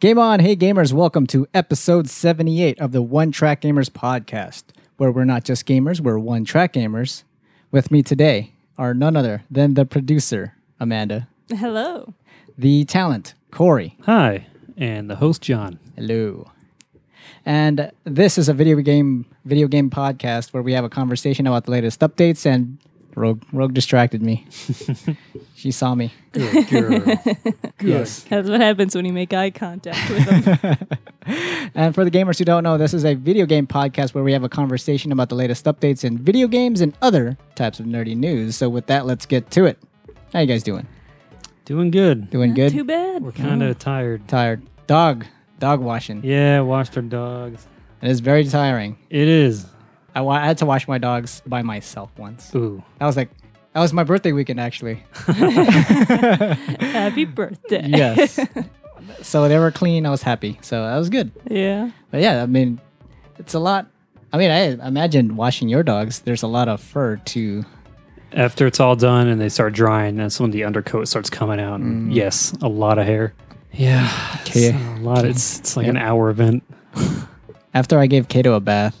Game on. Hey, gamers. Welcome to episode 78 of the One Track Gamers podcast, where we're not just gamers, we're one track gamers. With me today are none other than the producer, Amanda, Hello. the talent, Corey. Hi, and the host John. Hello. And this is a video game video game podcast where we have a conversation about the latest updates and Rogue Rogue distracted me. she saw me. Good girl. yes. That's what happens when you make eye contact with them. And for the gamers who don't know, this is a video game podcast where we have a conversation about the latest updates in video games and other types of nerdy news. So with that, let's get to it. How you guys doing? Doing good. Doing good? Too bad. We're kind of tired. Tired. Dog. Dog washing. Yeah, washed our dogs. It is very tiring. It is. I, wa- I had to wash my dogs by myself once. Ooh. That was like that was my birthday weekend actually. Happy birthday. Yes. so they were clean. I was happy. So that was good. yeah. But yeah, I mean, it's a lot. I mean, I imagine washing your dogs. There's a lot of fur to. After it's all done and they start drying, that's when the undercoat starts coming out. and Yes, a lot of hair. Yeah. it's Okay. A lot. It's it's like an hour event. After I gave Kato a bath,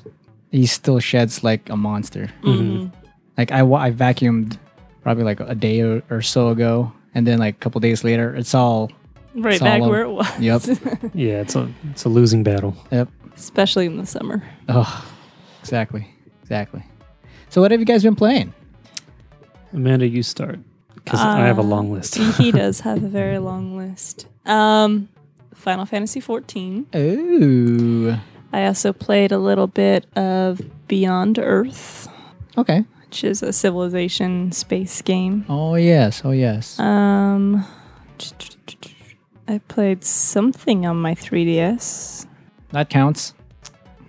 he still sheds like a monster. Mm-hmm. Like I, wa- I vacuumed probably like a day or, or so ago, and then like a couple days later, it's all. Mm. Right It's back all where over. it was. Yep. Yeah, it's a it's a losing battle. Yep. Especially in the summer. Oh, exactly, exactly. So what have you guys been playing? Amanda, you start because I have a long list. he does have a very long list. Um, Final Fantasy 14. Ooh. I also played a little bit of Beyond Earth, Okay. which is a civilization space game. Oh yes. Oh yes. Um, I played something on my 3DS. that counts.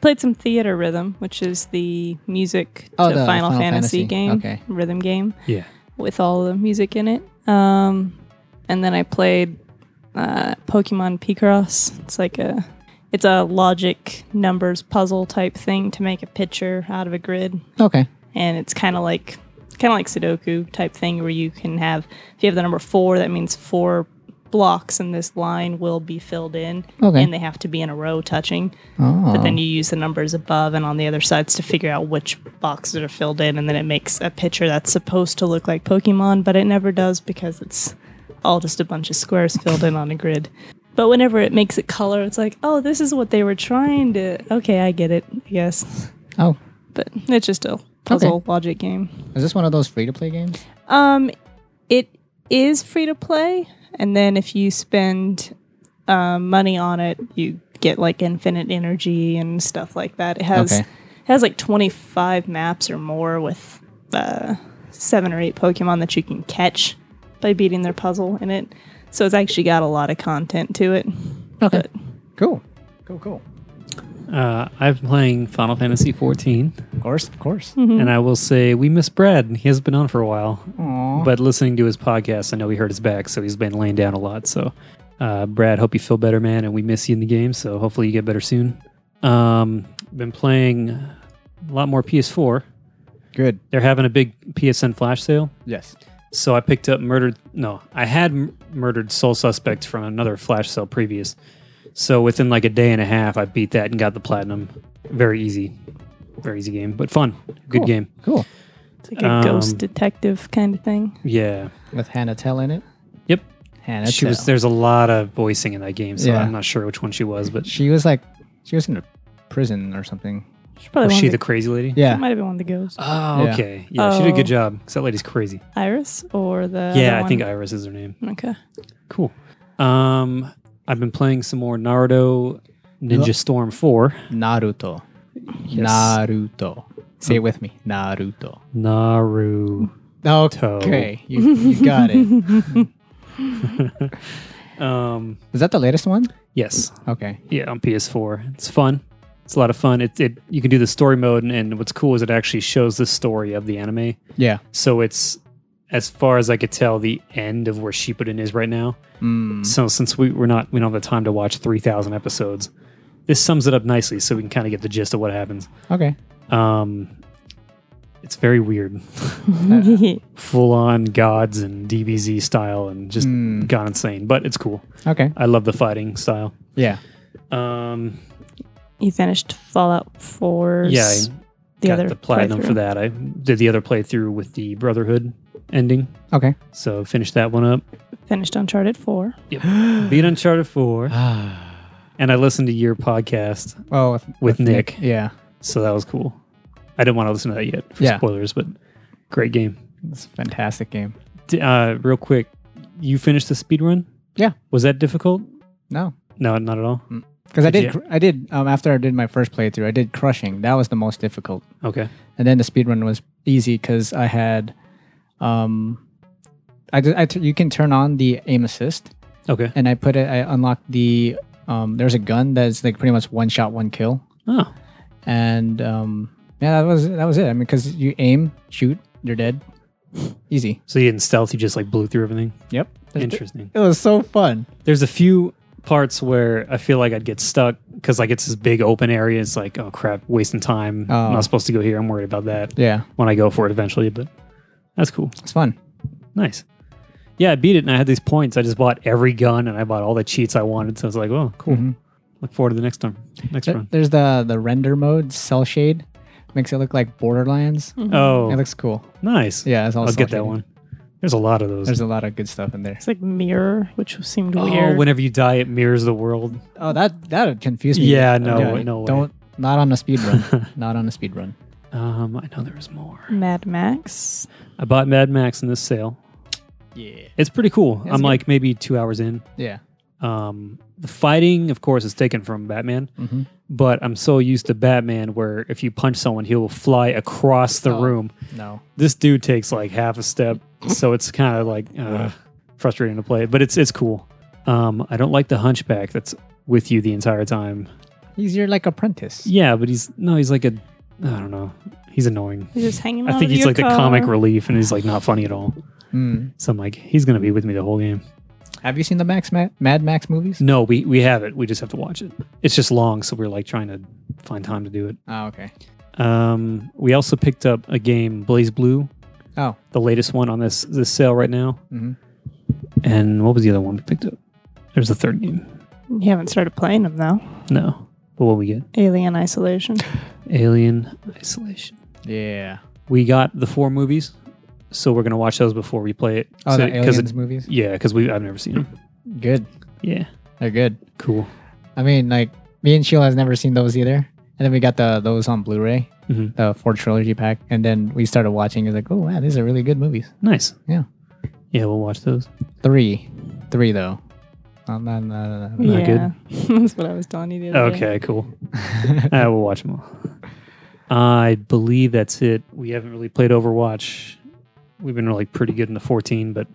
played some theater rhythm, which is the music Oh, to the Final, Final Fantasy, Fantasy. game, Okay. rhythm game Yeah. with all the music in it. Um, and then I played uh, Pokemon Picross. It's like a it's a logic numbers puzzle type thing to make a picture out of a grid, Okay. and it's kind of like kind of like Sudoku type thing where you can have if you have the number four, that means four blocks in this line will be filled in, Okay. and they have to be in a row touching Oh. but then you use the numbers above and on the other sides to figure out which boxes are filled in and then it makes a picture that's supposed to look like pokemon but it never does because it's all just a bunch of squares filled in on a grid but whenever it makes it color it's like oh this is what they were trying to okay i get it i guess Oh. but it's just a puzzle logic game Is this one of those free to play games? um, it is free to play, and then if you spend uh, money on it, you get like infinite energy and stuff like that. It has Okay. it has like twenty five maps or more with uh, seven or eight Pokemon that you can catch by beating their puzzle in it. So it's actually got a lot of content to it. Okay. Cool. Cool, cool. Uh, I've been playing Final Fantasy 14, Of course, of course. and I will say we miss Brad. He has been on for a while. Aw. But listening to his podcast, I know he hurt his back, so he's been laying down a lot. So, uh, Brad, hope you feel better, man. And we miss you in the game, so hopefully you get better soon. Um, been playing a lot more PS4. Good. They're having a big PSN flash sale, Yes. so I picked up Murdered. No, I had m- Murdered Soul Suspect from another flash sale previous. So within like a day and a half, I beat that and got the platinum. Very easy, very easy game, but fun. Good Cool. game. Cool. It's like a ghost Um, detective kind of thing. Yeah. With Hannah Tell in it. Yep. Hannah she was Tell. there's a lot of voicing in that game, so Yeah. I'm not sure which one she was, but She was like, she was in a prison or something. She's probably was one she of the the, crazy lady? she Yeah. might have been one of the ghosts. Oh, Yeah. okay. Yeah, she did a Oh. good job. 'cause that lady's crazy. Iris or the yeah, other I think one? Iris is her name. okay. Cool. Um, I've been playing some more Naruto Ninja Yep. Storm Four. Naruto. Yes. Naruto. Say it with me. Naruto. Naru. Okay. You, you got it. Um, Is that the latest one? yes. Okay. Yeah, on PS4. It's fun. It's a lot of fun. It, it you can do the story mode, and, and what's cool is it actually shows the story of the anime. Yeah. So it's as far as I could tell, the end of where Shippuden is right now. Mm. So since we we're not we don't have the time to watch three thousand episodes, this sums it up nicely, so we can kind of get the gist of what happens. Okay. Um, it's very weird, full on gods and DBZ style, and just Mm. gone insane. But it's cool. Okay. I love the fighting style. Yeah. Um, you finished Fallout 4. yeah, I the got other the platinum for playthrough. that. I did the other playthrough with the Brotherhood ending, Okay. so finished that one up. Finished Uncharted 4. Beat Uncharted Four, Ah. and I listened to your podcast, well, with, With Nick. Yeah. so that was cool. I didn't want to listen to that yet for Yeah. spoilers, but great game. It's a fantastic game. D- uh, real quick, you finished the speed run? Yeah. Was that difficult? No, No, not at all. because I Did did. you- cr- I did. Um, after I did my first playthrough, I did crushing. That was the most difficult, Okay. and then the speed run was easy because I had, um, I, did- I t- you can turn on the aim assist, Okay. and I put it. I unlocked the. Um, there's a gun that's like pretty much one shot, one kill, Oh, and um, yeah, that was that was it. I mean, because you aim, shoot, you're dead. Easy. so you didn't stealth, you just like blew through everything. Yep. Interesting. It was so fun. There's a few parts where I feel like I'd get stuck because like it's this big open area. It's like, oh crap, wasting time. I'm Oh. not supposed to go here. I'm worried about that Yeah, when I go for it eventually, but that's cool. it's fun. Nice. Yeah, I beat it and I had these points. I just bought every gun and I bought all the cheats I wanted. So I was like, oh, cool. Mhm. Look forward to the next time. Next There- run. There's the the render mode, cell shade, makes it look like Borderlands. It Oh, looks cool. nice. Yeah, it's all I'll cell get that shaded. one. There's a lot of those. There's a lot of good stuff in there. It's like Mirror, which seemed Oh, weird. whenever you die, it mirrors the world. Oh, that that would confuse me. Yeah, no, Don't- no way. Don't not on a speed run. not on a speed run. Um, I know there was more. Mad Max. I bought Mad Max in this sale. Yeah. It's pretty cool. That's I'm good. like maybe two hours in. Yeah. Um, the fighting, of course, is taken from Batman, hmm but I'm so used to Batman where if you punch someone, he'll fly across the Oh. room. No. This dude takes like half a step, so it's kind of like uh, frustrating to play, but it's it's cool. Um, I don't like the hunchback that's with you the entire time. He's your like apprentice. Yeah, but he's no, he's like a I don't know. He's annoying. He's just hanging out I think of he's your like the comic car. relief, and he's like not funny at all. Mm. So I'm like, he's gonna be with me the whole game. Have you seen the Max Ma- Mad Max movies? No, we we have it. We just have to watch it. It's just long, so we're like trying to find time to do it. Oh, okay. Um, we also picked up a game, Blaze Blue. Oh. the latest one on this this sale right now. Mhm. And what was the other one we picked up? There's a third game. You haven't started playing them though. No, but what we get? Alien Isolation. Alien Isolation. Yeah. We got the four movies, so we're gonna watch those before we play it. Oh, So- the 'cause aliens Hmm. it- movies. yeah, because we I've never seen them. Good. Yeah, They're good. cool. I mean, like me and Sheila has never seen those either. And then we got the those on Blu-ray, Mhm. the four trilogy pack, and then we started watching. It's like, oh wow, these are really good movies. Nice. Yeah. Yeah, we'll watch those. Three, three though. Um, no, no, no, no. Not yeah. That's what I was telling you the other day. Okay, cool. I will watch them all. I believe that's it. We haven't really played Overwatch. We've been like pretty good in the 14, but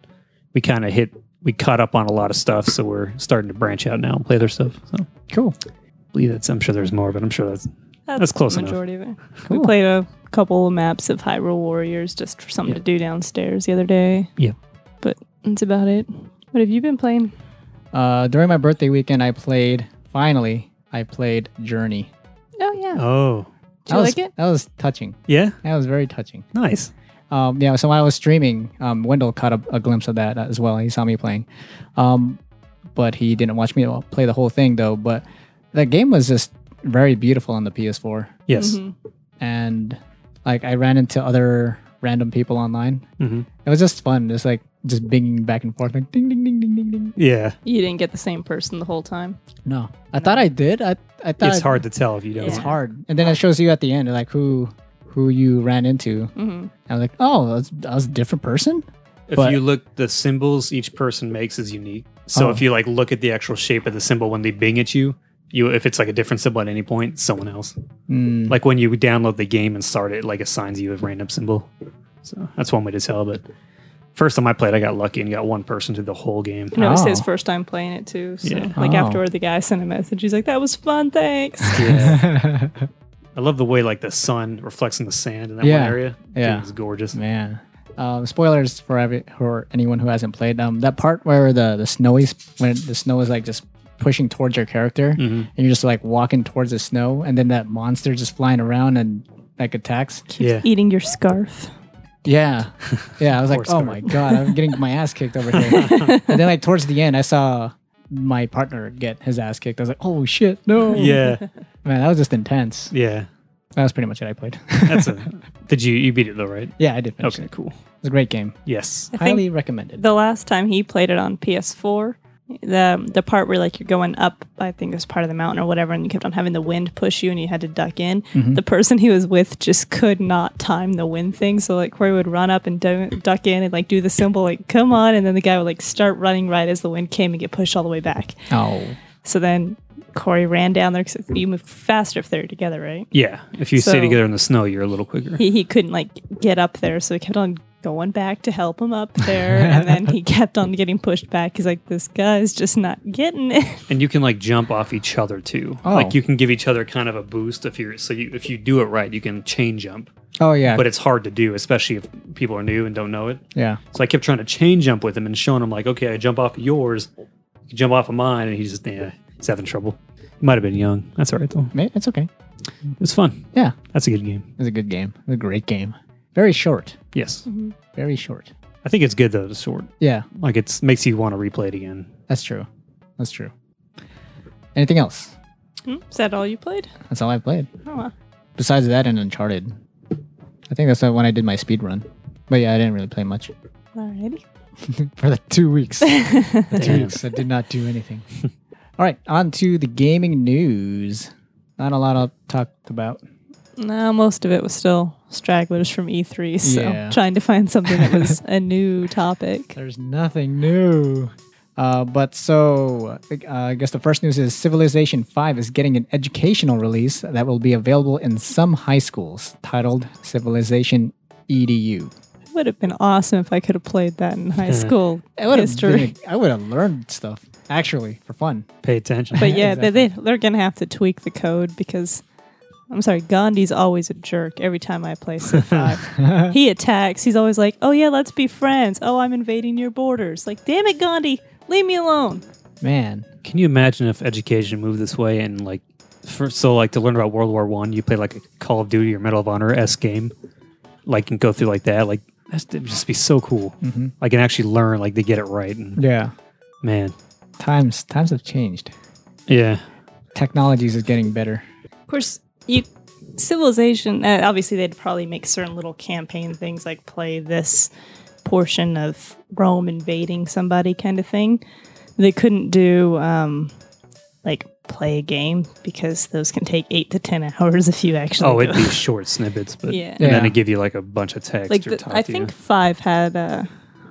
we kind of hit, we caught up on a lot of stuff, so we're starting to branch out now and play other stuff. So I cool. believe that's. I'm sure there's more, but I'm sure that's That's, That's close the enough. majority of it. Cool. We played a couple of maps of Hyrule Warriors just for something Yeah. to do downstairs the other day. Yeah. But that's about it. What have you been playing? Uh, during my birthday weekend, I played. Finally, I played Journey. Oh yeah. Did Oh, you that like was, it? That was touching. yeah, That was very touching. nice. Um, yeah. So while I was streaming, um, Wendell caught a, a glimpse of that as well. He saw me playing, um, but he didn't watch me play the whole thing though. But the game was just very beautiful on the PS4, Yes. Mhm. and like I ran into other random people online. Mhm. It was just fun. Just like just binging back and forth, like ding ding ding ding ding ding. Yeah, You didn't get the same person the whole time. No, I thought I did. I I thought it's I- hard to tell if you don't. It's Yeah. hard, and then it shows you at the end like who who you ran into. hmm I was like, oh, that's that was a different person. If But- you look, the symbols each person makes is unique. So Oh. if you like look at the actual shape of the symbol when they bing at you, you if it's like a different symbol at any point, it's someone else. Mm, Mm-hmm. like when you download the game and start it, like assigns you a random symbol. So that's one way to tell. But first time I played, I got lucky and got one person through the whole game. And it was his Oh. first time playing it too. So Yeah. like Oh. afterward the guy sent a message. He's like, That was fun, thanks. Yeah. I love the way like the sun reflects in the sand in that Yeah. one area. Yeah. it's gorgeous. man. Um, spoilers for every for anyone who hasn't played. Um, that part where the the snow is when the snow is like just pushing towards your character, Mhm. and you're just like walking towards the snow, and then that monster just flying around and like attacks. Yeah. Eating your scarf. Yeah, yeah. I was like, Poor oh my god, I'm getting my ass kicked over here. and then like towards the end, I saw my partner get his ass kicked. I was like, oh shit, no. Yeah. man, that was just intense. Yeah. That was pretty much it I played. That's a. Did you you beat it though, right? yeah, I did finish Okay. it. Cool. It was a great game. Yes. I think Highly recommended. the last time he played it on PS4, the the part where like you're going up, I think it was part of the mountain or whatever, and you kept on having the wind push you and you had to duck in. The person he was with just could not time the wind thing, so like Corey would run up and du- duck in and like do the symbol like come on, and then the guy would like start running right as the wind came and get pushed all the way back. oh, So then Corey ran down there because you move faster if they're together, right? Yeah. If you stay So- together in the snow, you're a little quicker. He, he couldn't like get up there, so he kept on going back to help him up there, and then he kept on getting pushed back. He's like, "This guy's just not getting it." And you can like jump off each other too. Oh. Like you can give each other kind of a boost if you're so you if you do it right, you can chain jump. oh yeah, But it's hard to do, especially if people are new and don't know it. yeah. So I kept trying to chain jump with him and showing him like, okay, I jump off of yours, you jump off of mine, and he's just yeah, he's having trouble. He might have been young. That's all right though. Ma- It's okay. It was fun. Yeah, That's a good game. it was a good game. It was a great game. Very short. Yes. Mm-hmm. Very short. I think it's good though to sort. Yeah, Like it's makes you want to replay it again. that's true. That's true. Anything else? Hmm? Is that all you played? That's all I played. Oh, well. Besides that and Uncharted. I think that's when I did my speed run. But yeah, I didn't really play much alrighty. for the two weeks. The two weeks, I did not do anything. all right, on to the gaming news. Not a lot of talk about. No, most of it was still stragglers from E3, so Yeah. trying to find something that was a new topic. There's nothing new. Uh, but so, uh, I guess the first news is Civilization 5 is getting an educational release that will be available in some high schools titled Civilization E EDU. It would have been awesome if I could have played that in high school I would have history. been- I would have learned stuff actually for fun. Pay attention. But yeah, Exactly. they, they, they're going to have to tweak the code because I'm sorry, Gandhi's always a jerk every time I play Civ 5. he attacks. He's always like, oh yeah, let's be friends. Oh, I'm invading your borders. Like, damn it, Gandhi, leave me alone. Man, Can you imagine if education moved this way and like, for, so like to learn about World War One, you play like a Call of Duty or Medal of Honor s game, like and go through like that. Like that's that'd just be so cool. Mm-hmm. Like and actually learn like they get it right. And yeah, man, times times have changed. yeah, Technologies is getting better. Of course, you civilization. Uh, obviously, they'd probably make certain little campaign things like play this portion of Rome invading somebody kind of thing. They couldn't do um, like play a game because those can take eight to ten hours if you actually. oh, do it'd be short snippets, but Yeah. and then Yeah. they give you like a bunch of text. like or the, talk I to think you. five had. Uh,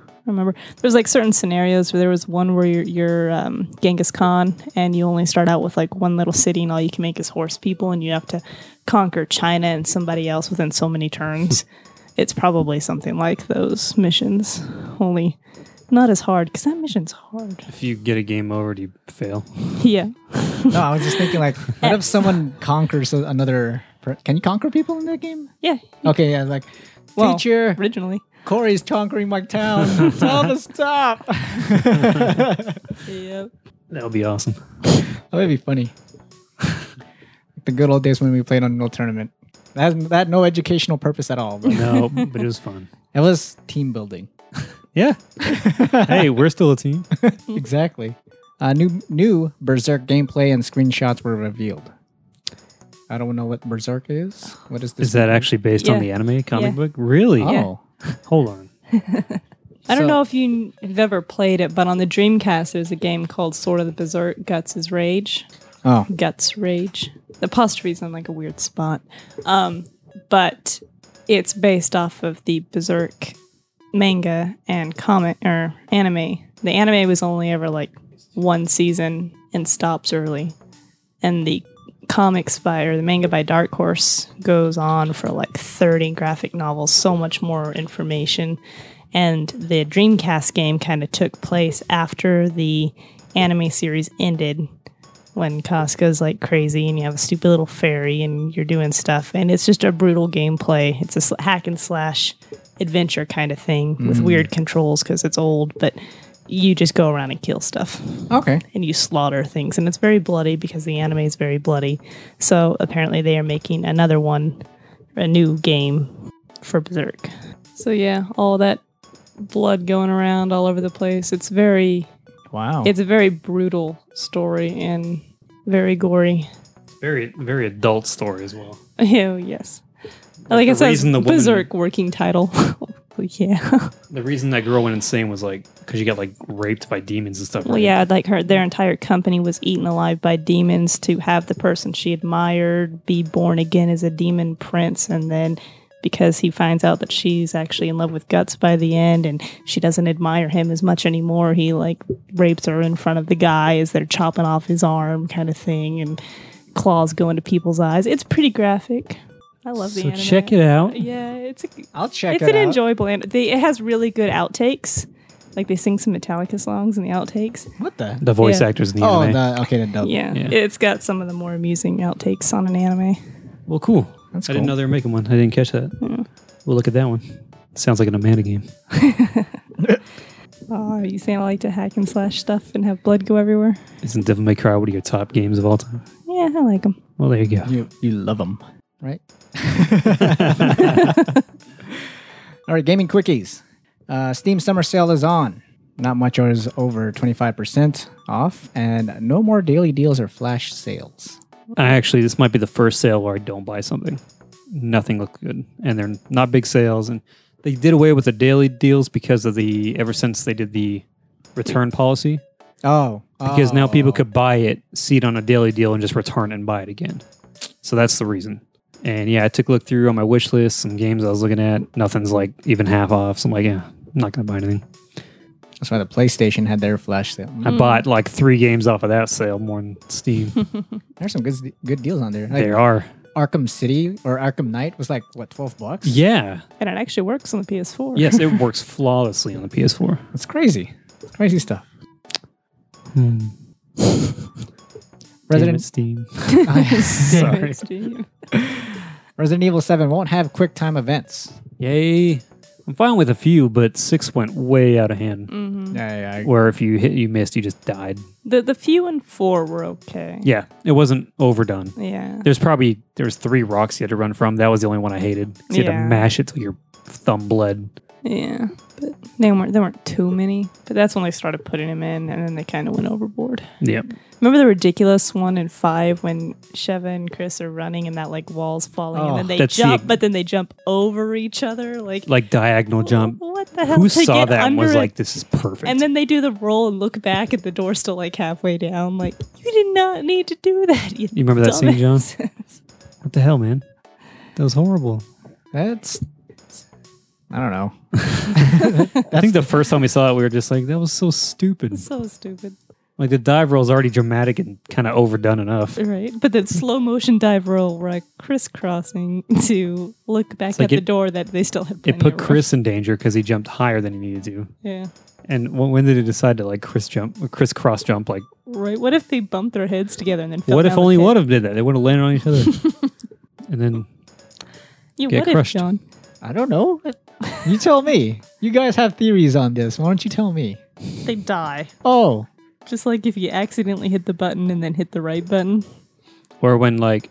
I remember there's like certain scenarios where there was one where you're, you're um, Genghis Khan and you only start out with like one little city and all you can make is horse people and you have to conquer China and somebody else within so many turns. it's probably something like those missions, only not as hard because that mission's hard. if you get a game over, do you fail? yeah, No, I was just thinking like, what if someone conquers a- another? per- Can you conquer people in that game? yeah. Okay, yeah, like Well- teacher Originally, Corey's conquering my town. Tell him to stop. yeah. That would be awesome. That would be funny. the good old days when we played on no tournament. That that had no educational purpose at all. But No, but it was fun. it was team building. Yeah. hey, we're still a team. exactly. Uh, new new Berserk gameplay and screenshots were revealed. I don't know what Berserk is. What is this? Is that actually based on Yeah. the anime Yeah. comic book? Really? Oh, Hold on. I don't So- know if you have ever played it, but on the Dreamcast, there's a game called Sword of the Berserk Guts' is Rage. oh, guts rage. The apostrophe's in like a weird spot. Um, but it's based off of the Berserk manga and comic or anime. The anime was only ever like one season and stops early. And the comics by or the manga by Dark Horse goes on for like 30 graphic novels, so much more information. And the Dreamcast game kind of took place after the anime series ended when Costco's like crazy and you have a stupid little fairy and you're doing stuff and it's just a brutal gameplay. It's a sl- hack and slash adventure kind of thing with weird controls because it's old, but you just go around and kill stuff Okay. and you slaughter things and it's very bloody because the anime is very bloody so apparently they are making another one a new game for berserk so yeah all that blood going around all over the place it's very Oh. Wow. it's a very brutal story and very gory Very very adult story as well. oh yes like the it says reason the woman- berserk working title Oh, yeah The reason that girl went insane was like because she got like raped by demons and stuff. Well, right? yeah, like her, their entire company was eaten alive by demons to have the person she admired be born again as a demon prince, and then because he finds out that she's actually in love with guts by the end, and she doesn't admire him as much anymore, he like rapes her in front of the guy as they're chopping off his arm, kind of thing, and claws go into people's eyes. It's pretty graphic. I love the So anime. check it out. Yeah, it's a, I'll check it's it an out. enjoyable anime. They, it has really good outtakes. Like they sing some Metallica songs in the outtakes. what the? The voice Yeah. actors in the Oh, anime. the, okay, the dub. Yeah. Yeah. It's got some of the more amusing outtakes on an anime. Well, cool. That's I didn't cool. know they were making one. I didn't catch that. Hmm. We'll look at that one. Sounds like an Amanda game. Oh, you saying I like to hack and slash stuff and have blood go everywhere? Isn't Devil May Cry one of your top games of all time? Yeah, I like them. Well, there you go. You you love them, right? All right, gaming quickies. Uh, Steam summer sale is on. Not much is over 25% off, and no more daily deals or flash sales. I actually, this might be the first sale where I don't buy something. Nothing looked good, and they're not big sales. And they did away with the daily deals because of the ever since they did the return policy. Oh, Because now people oh. could buy it, see it on a daily deal, and just return it and buy it again. So that's the reason. And yeah, I took a look through on my wish list, some games I was looking at. Nothing's like even half off. So I'm like, yeah, I'm not gonna buy anything. That's why the PlayStation had their flash sale. I bought like three games off of that sale more than Steam. There's some good good deals on there. Like there are. Arkham City or Arkham Knight was like what 12 bucks? Yeah. And it actually works on the PS4. Yes, it works flawlessly on the PS4. It's crazy. It's crazy stuff. Resident Resident Hmm. Steam. Sorry. Resident Evil 7 won't have quick time events. Yay. I'm fine with a few, but six went way out of hand. Yeah, yeah, yeah. Where if you hit, you missed, you just died. Mm-hmm. The, the few and four were okay. Yeah, it wasn't overdone. Yeah. There's probably there was three rocks you had to run from. That was the only one I hated. 'Cause You had Yeah. to mash it till your thumb bled. Yeah. But they weren't, there weren't too many. But that's when they started putting them in, and then they kind of went overboard. Yep. Remember the ridiculous one in five when Sheva and Chris are running and that like wall's falling Oh, and then they that's the- jump, but then they jump over each other like, Like diagonal jump. What the hell? Who To saw get that and under was it- like, this is perfect. and then they do the roll and look back at the door still like halfway down. Like you did not need to do that. You, you remember that scene, John? dumbass." What the hell, man? That was horrible. That's I don't know. I think the first time we saw it, we were just like, that was so stupid. so stupid, Like the dive roll is already dramatic and kind of overdone enough. right? But then slow motion dive roll where I crisscrossing to look back like at the it- door that they still had. It plenty put of room. Chris in danger because he jumped higher than he needed to. Yeah. And wh- when did he decide to like Chris jump, or Chris cross jump? Like, Right. What if they bumped their heads together and then? Fell what if down the only pit? one of them did that? They would have landed on each other. and then Yeah, get what crushed? if John? I don't know. You tell me. You guys have theories on this. Why don't you tell me? They die. Oh, Just like if you accidentally hit the button and then hit the right button. or when like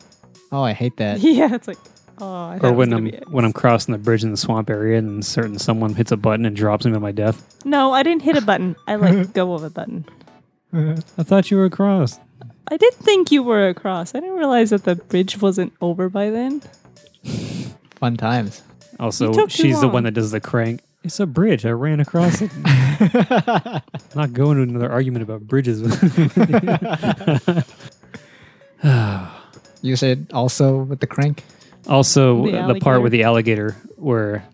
oh, I hate that. Yeah, it's like, oh. I thought or it was when gonna I'm be X. when I'm crossing the bridge in the swamp area and certain someone hits a button and drops me to my death. No, I didn't hit a button. I let go of a button. I thought you were across. I did think you were across. I didn't realize that the bridge wasn't over by then. Fun times. Also, You took too she's the one long. that does the crank. It's a bridge. I ran across it. I'm not going to another argument about bridges. You said also with the crank. Also, The the, the part alligator. with the alligator where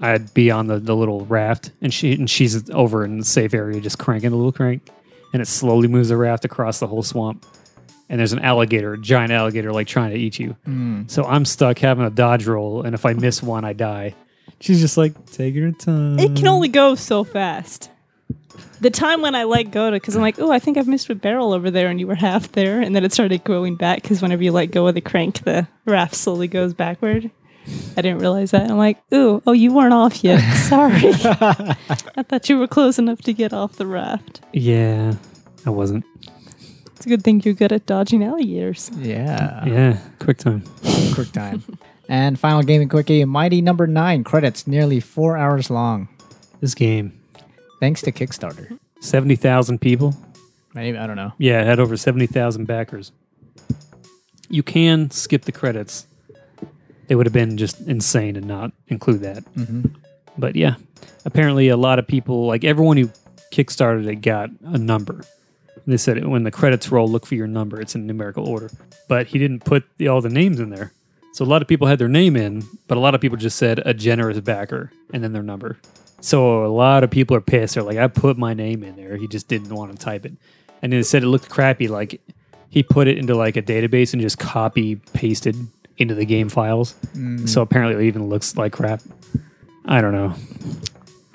I'd be on the, the little raft and she and she's over in the safe area just cranking the little crank and it slowly moves the raft across the whole swamp. And there's an alligator, a giant alligator, like trying to eat you. So I'm stuck having a dodge roll, and if I miss one, I die. She's just like, take your time. It can only go so fast. The time when I let go to, because I'm like, oh, I think I've missed a barrel over there, and you were half there, and then it started going back because whenever you let go of the crank, the raft slowly goes backward. I didn't realize that. I'm like, ooh, oh, you weren't off yet. Sorry. I thought you were close enough to get off the raft. Yeah, I wasn't. It's a good thing you're good at dodging alligators. Yeah. yeah, quick time. Quick time. and final gaming quickie Mighty number nine credits, nearly four hours long. This game, Thanks to Kickstarter. seventy thousand people. Maybe, I don't know. Yeah, it had over seventy thousand backers. You can skip the credits. It would have been just insane to not include that. hmm But yeah, apparently a lot of people, like everyone who kickstarted it, got a number. They said when the credits roll, look for your number. It's in numerical order. But he didn't put the, all the names in there. So a lot of people had their name in, but a lot of people just said a generous backer and then their number. So a lot of people are pissed. They're like, I put my name in there. He just didn't want to type it. And then it said it looked crappy. Like he put it into like a database and just copy pasted into the game files. So apparently it even looks like crap. I don't know.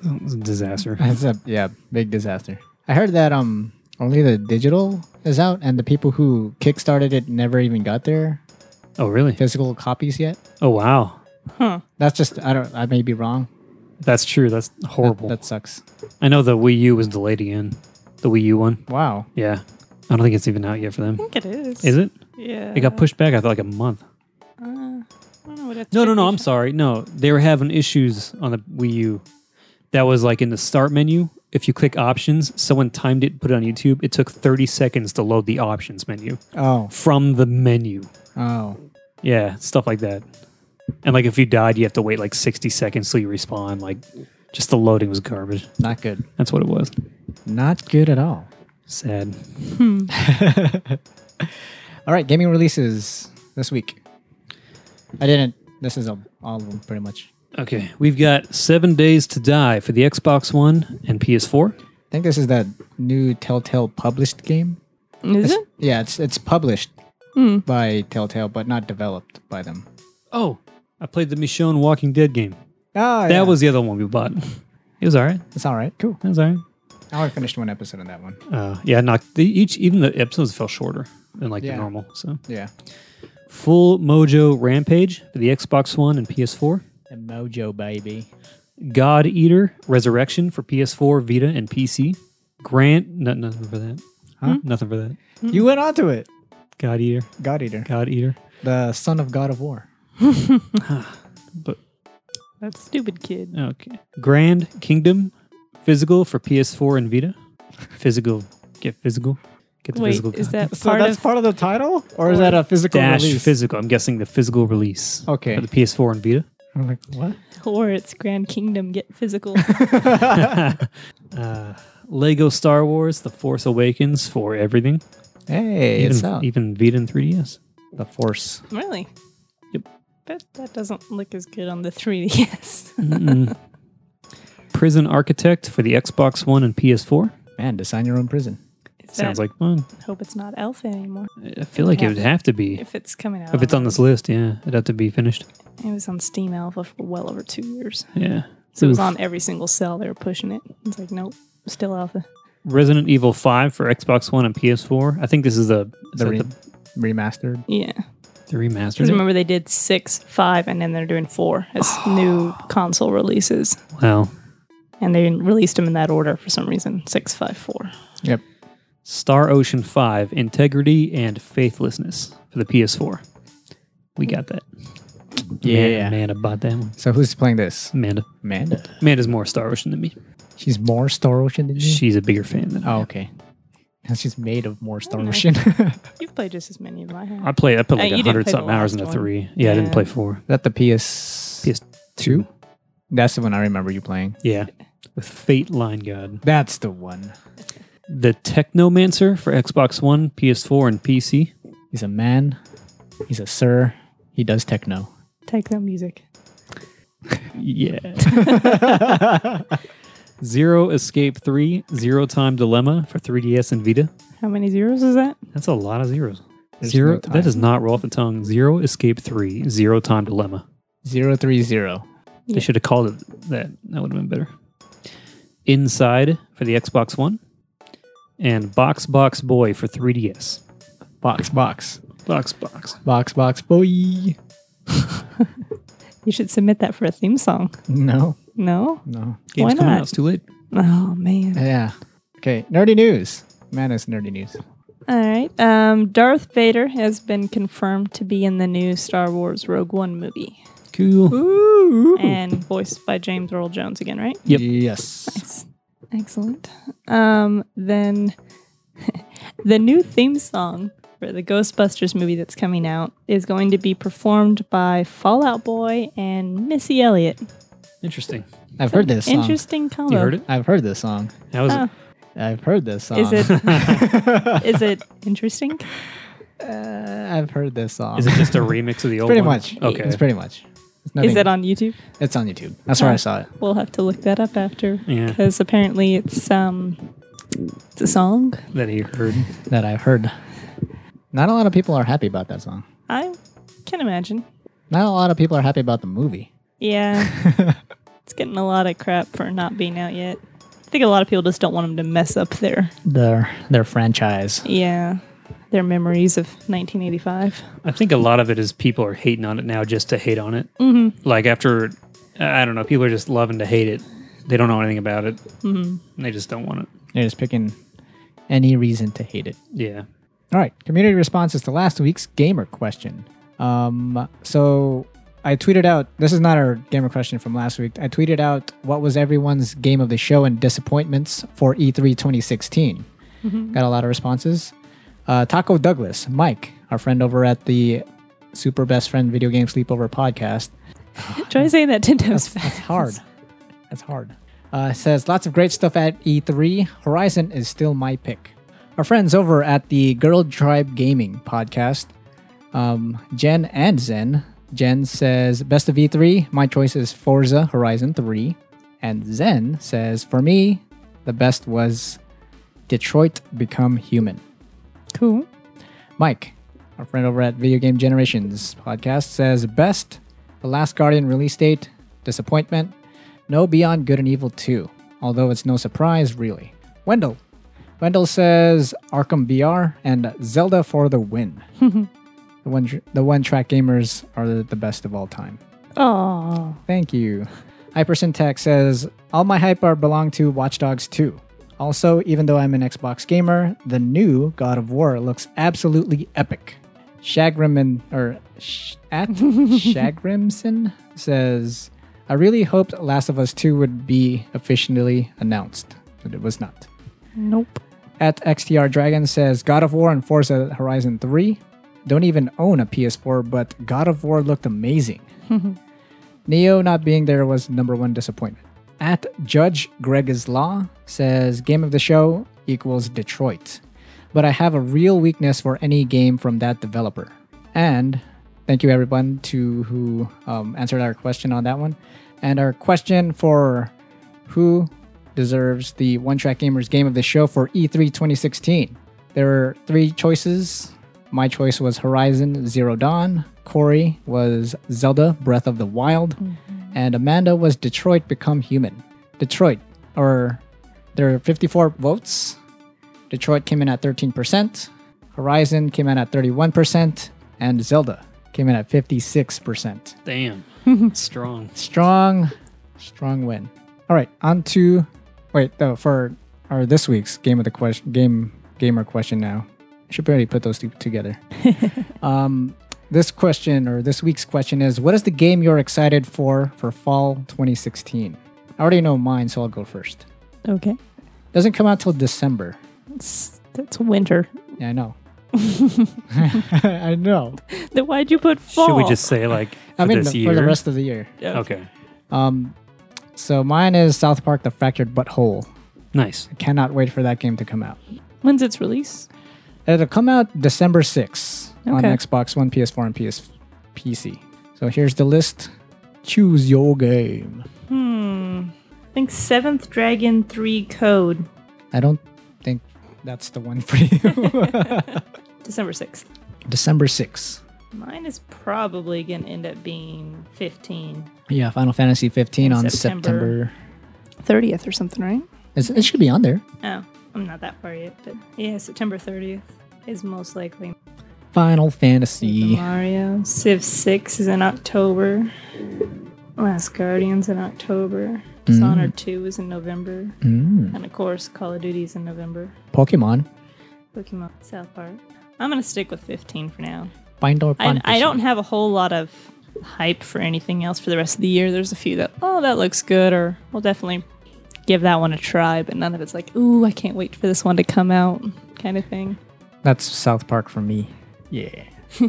It was a disaster. That's a yeah, big disaster. I heard that um only the digital is out and the people who kickstarted it never even got their Oh really? physical copies yet. Oh wow. Huh. That's just I don't I may be wrong. That's true. That's That- horrible. That, sucks. I know the Wii U was delayed again. The Wii U one. Wow. Yeah. I don't think it's even out yet for I them. think it is. Is it? Yeah. It got pushed back I thought like a month. Uh, I don't know what it's No, no, no. I'm sorry. No, they were having issues on the Wii U. That was like in the start menu. If you click options, someone timed it, put it on YouTube. It took 30 seconds to load the options menu Oh. from the menu. Oh. Yeah, stuff like that. And like if you died, you have to wait like 60 seconds till you respawn. Like just the loading was garbage. Not good. That's what it was. Not good at all. Sad. All right, gaming releases this week. I didn't this is a, all of them pretty much. Okay, we've got seven days to die for the Xbox One and PS4. I think this is that new Telltale published game. It's- Is it? Yeah, it's it's published Hmm. by Telltale, but not developed by them. Oh, I played the Michonne Walking Dead game. Oh, That was the other one we bought. It was Ah, all right. it's all right. Cool. It was all right. I already finished one episode on that one. Uh, yeah, not the, each even the episodes fell shorter than like Yeah. the normal. So Yeah. Full Mojo Rampage for the Xbox One and PS4. Mojo baby. God Eater Resurrection for PS4, Vita, and PC. Grant, no, nothing for that. Huh? Nothing for that. You went on to it. God Eater, God Eater, God Eater. the son of God of War. That stupid kid. Okay. Grand Kingdom Physical for PS4 and Vita. Physical, get physical. Get the Wait, physical. is copy. that So part that's of? part of the title, or is that a physical dash release? physical? I'm guessing the physical release. Okay. For the PS4 and Vita. I'm like, what? or it's Grand Kingdom get physical. Uh, Lego Star Wars: The Force Awakens for everything, Hey, even, it's out. even Vita and 3DS. The Force. really? Yep. But that doesn't look as good on the 3DS. Mm-mm. Prison Architect for the Xbox One and PS4. Man, design your own prison. Is Sounds that- like fun. Hope it's not Alpha anymore. I feel like it would have to be If it's coming out, if it's on this list. Yeah, it'd have to be finished. it was on Steam Alpha for well over two years. Yeah. So it was Oof. on every single cell. They were pushing it. It's like, nope, still alpha. Resident Evil 5 for Xbox One and PS4. I think this is the is The that re- the, remastered. Yeah. the Because remaster. remember, they did six, five, and then they're doing four as new console releases. Wow. And they released them in that order for some reason six, five, four. Yep. Star Ocean 5 Integrity and Faithlessness for the PS4. We got that. Yeah. Amanda, Amanda bought that one. So who's playing this? Amanda. Amanda. Amanda's more Star Ocean than me. She's more Star Ocean than you. She's a bigger fan than I. oh, okay. She's made of more Star Nice. Ocean. Is You've played just as many as I have. I played I put Uh, like you a didn't 100 play the something hours last into one. 3. Yeah, I didn't Yeah. play 4. that the PS? PS2. That's the one I remember you playing. Yeah. With Fate Line God. That's the one. The Technomancer for Xbox One, PS4 and PC. He's a man. He's a sir. He does techno. Techno music. Yeah. Zero Escape 3, Zero Time Dilemma for 3DS and Vita. How many zeros is that? That's a lot of zeros. There's Zero. no time. that does not roll off the tongue. Zero Escape 3, Zero Time Dilemma. Zero three zero. Yeah. They should have called it that. That would have been better. Inside for the Xbox One. And Box Box Boy for 3DS. Box box. Box Box. Box box boy. You should submit that for a theme song. No, No? no. Why Game's coming not? out. It's too late. Oh, man. Yeah. Okay. Nerdy news. Man, it's nerdy news. All right. Um, Darth Vader has been confirmed to be in the new Star Wars Rogue One movie Cool. and voiced by James Earl Jones again, right? Yep. Yes. Nice. Excellent. Um, then the new theme song for the Ghostbusters movie that's coming out is going to be performed by Fallout Boy and Missy Elliott. Interesting. I've heard this song. Interesting combo. You heard it? I've heard this song. How was Oh, I've heard this song. Is it is it interesting? Uh, I've heard this song. it? Is it just a remix of the old pretty one? much. Okay. It's pretty much. It's Is nothing- it on YouTube? It's on YouTube. That's where I Oh. saw it. We'll have to look that up after Yeah. because apparently it's um it's a song. that he heard. That I've heard. Not a lot of people are happy about that song. I can imagine. Not a lot of people are happy about the movie. Yeah. it's getting a lot of crap for not being out yet. I think a lot of people just don't want them to mess up their Their their franchise. yeah, their memories of 1985. I think a lot of it is people are hating on it now just to hate on it. Mm-hmm. Like after, I don't know, people are just loving to hate it. They don't know anything about it. Mm-hmm. They just don't want it. They're just picking any reason to hate it. Yeah. All right, community responses to last week's gamer question. Um, so I tweeted out this is not our gamer question from last week. I tweeted out what was everyone's game of the show and disappointments for E E3 2016. Got a lot of responses. Uh, Taco Douglas, Mike, our friend over at the Super Best Friend Video Game Sleepover podcast, Try saying that ten times fast. that's hard. That's hard. Uh, it says lots of great stuff at E3. Horizon is still my pick. Our friends over at the Girl Tribe Gaming podcast, um, Jen and Zen. Jen says best of E3. My choice is Forza Horizon 3, and Zen says for me the best was Detroit Become Human. Cool. Mike, our friend over at Video Game Generations podcast, says best The Last Guardian release date, disappointment, no Beyond Good and Evil 2, although it's no surprise, really. Wendell. Wendell says Arkham BR and Zelda for the win. the one tr- the one track gamers are the best of all time. Oh, Thank you. Hypersyntax says all my hype are belong to Watch Dogs 2. Also, even though I'm an Xbox gamer, the new God of War looks absolutely epic. Shagrim and or sh- at Shagrimson says, I really hoped Last of Us 2 would be officially announced, but it was not. nope. At XTR Dragon says God of War and Forza Horizon 3. Don't even own a PS4, but God of War looked amazing. Neo not being there was number one disappointment. At Judge Greg's Law says game of the show equals Detroit. But I have a real weakness for any game from that developer. And thank you everyone to who um, answered our question on that one. And our question for who deserves the One Track Gamers Game of the Show for E E3 2016. There were three choices. My choice was Horizon Zero Dawn. Corey was Zelda Breath of the Wild. And Amanda was Detroit Become Human. Detroit, or there are 54 votes. Detroit came in at 13%. Horizon came in at 31%. And Zelda came in at 56% Damn. Strong. strong, strong win. All right, on to wait though for our this week's game of the question game gamer question now. I should probably put those two together. um, this question or this week's question is: What is the game you're excited for for fall 2016? I already know mine, so I'll go first. Okay, Doesn't come out till December. that's, that's winter. Yeah, I know. I know. Then why'd you put fall? Should we just say like for I mean, this the- year? for the rest of the year. okay. Um, so mine is South Park: The Fractured Butthole. Nice. Cannot wait for that game to come out. When's its release? It'll come out December 6th on Okay. Xbox One, PS4, and PS PC. So here's the list. Choose your game. Hmm. I think Seventh Dragon Three Code, I don't think that's the one for you. December sixth. December 6th. Mine is probably gonna end up being fifteen. Yeah, Final Fantasy 15 In on September. September. 30th or something, right? It's, it should be on there. Oh, I'm not that far yet, but yeah, September 30th is most likely. Final The Fantasy. Mario Civ 6 is in October. Last Guardians in October. Dishonored 2 is in November. Mm. And of course, Call of Duty's in November. Pokemon. Pokemon South Park. I'm going to stick with 15 for now. Find or I, find I don't have a whole lot of hype for anything else for the rest of the year. There's a few that, oh, that looks good, or we'll definitely give that one a try, but none of it's like, ooh, I can't wait for this one to come out kind of thing. That's South Park for me. Yeah. I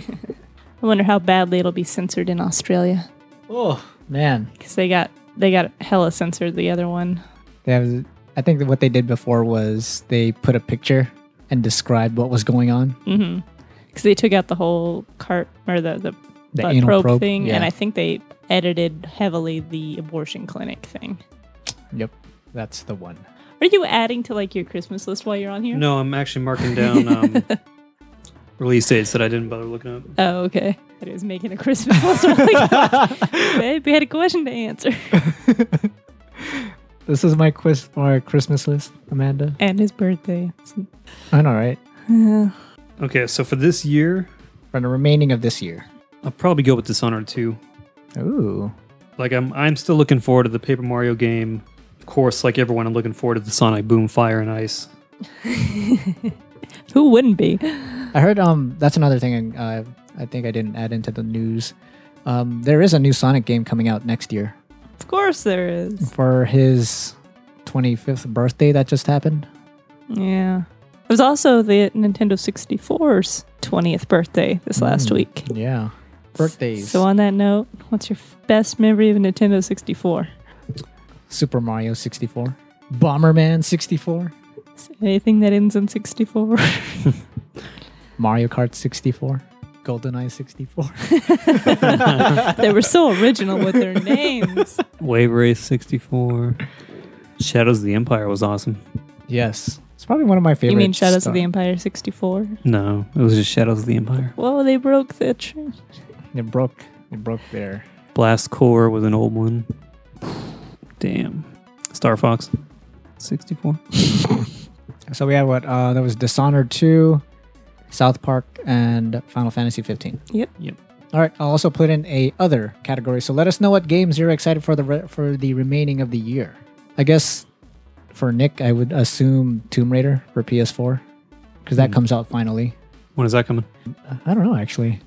wonder how badly it'll be censored in Australia Oh man, because they got they got hella censored the other one. they have. I think that what they did before was they put a picture and described what was going on. Mm-hmm. Because they took out the whole cart or the the, The butt anal probe, probe, thing, yeah. and I think they edited heavily the abortion clinic thing. Yep, that's the one. Are you adding to like your Christmas list while you're on here? No, I'm actually marking down um, release dates that I didn't bother looking up. Oh, okay. I was making a Christmas list. I'm like, Babe, we had a question to answer. This is my quiz for our Christmas list, Amanda. And his birthday. I know, right? Okay, so for this year, For the remaining of this year. I'll probably go with Dishonored 2. Ooh. Like I'm I'm still looking forward to the Paper Mario game. Of course, like everyone, I'm looking forward to the Sonic Boom Fire and Ice. Who wouldn't be? I heard um that's another thing uh, I think I didn't add into the news. Um, there is a new Sonic game coming out next year Of course there is. for his 25th birthday that just happened. Yeah. It was also the Nintendo 64's 20th birthday this last Mm. week. Yeah. Birthdays. So on that note, what's your f- best memory of a Nintendo 64? Super Mario 64, Bomberman 64, Is there anything that ends in 64? Mario Kart 64, GoldenEye 64. they were so original with their names. Wave Race 64. Shadows of the Empire was awesome. yes. It's probably one of my favorite. You mean Shadows sto- of the Empire 64? No, it was just Shadows of the Empire. Whoa, they broke the tr- It broke. It broke there. Blast Core was an old one. Damn. Star Fox 64. So we had what? Uh, there was Dishonored 2, South Park, and Final Fantasy 15. Yep. Yep. All right. I also put in a other category. So let us know what games you're excited for the re- for the remaining of the year. I guess for Nick, I would assume Tomb Raider for PS4 because that comes out finally. When is that coming? I don't know actually.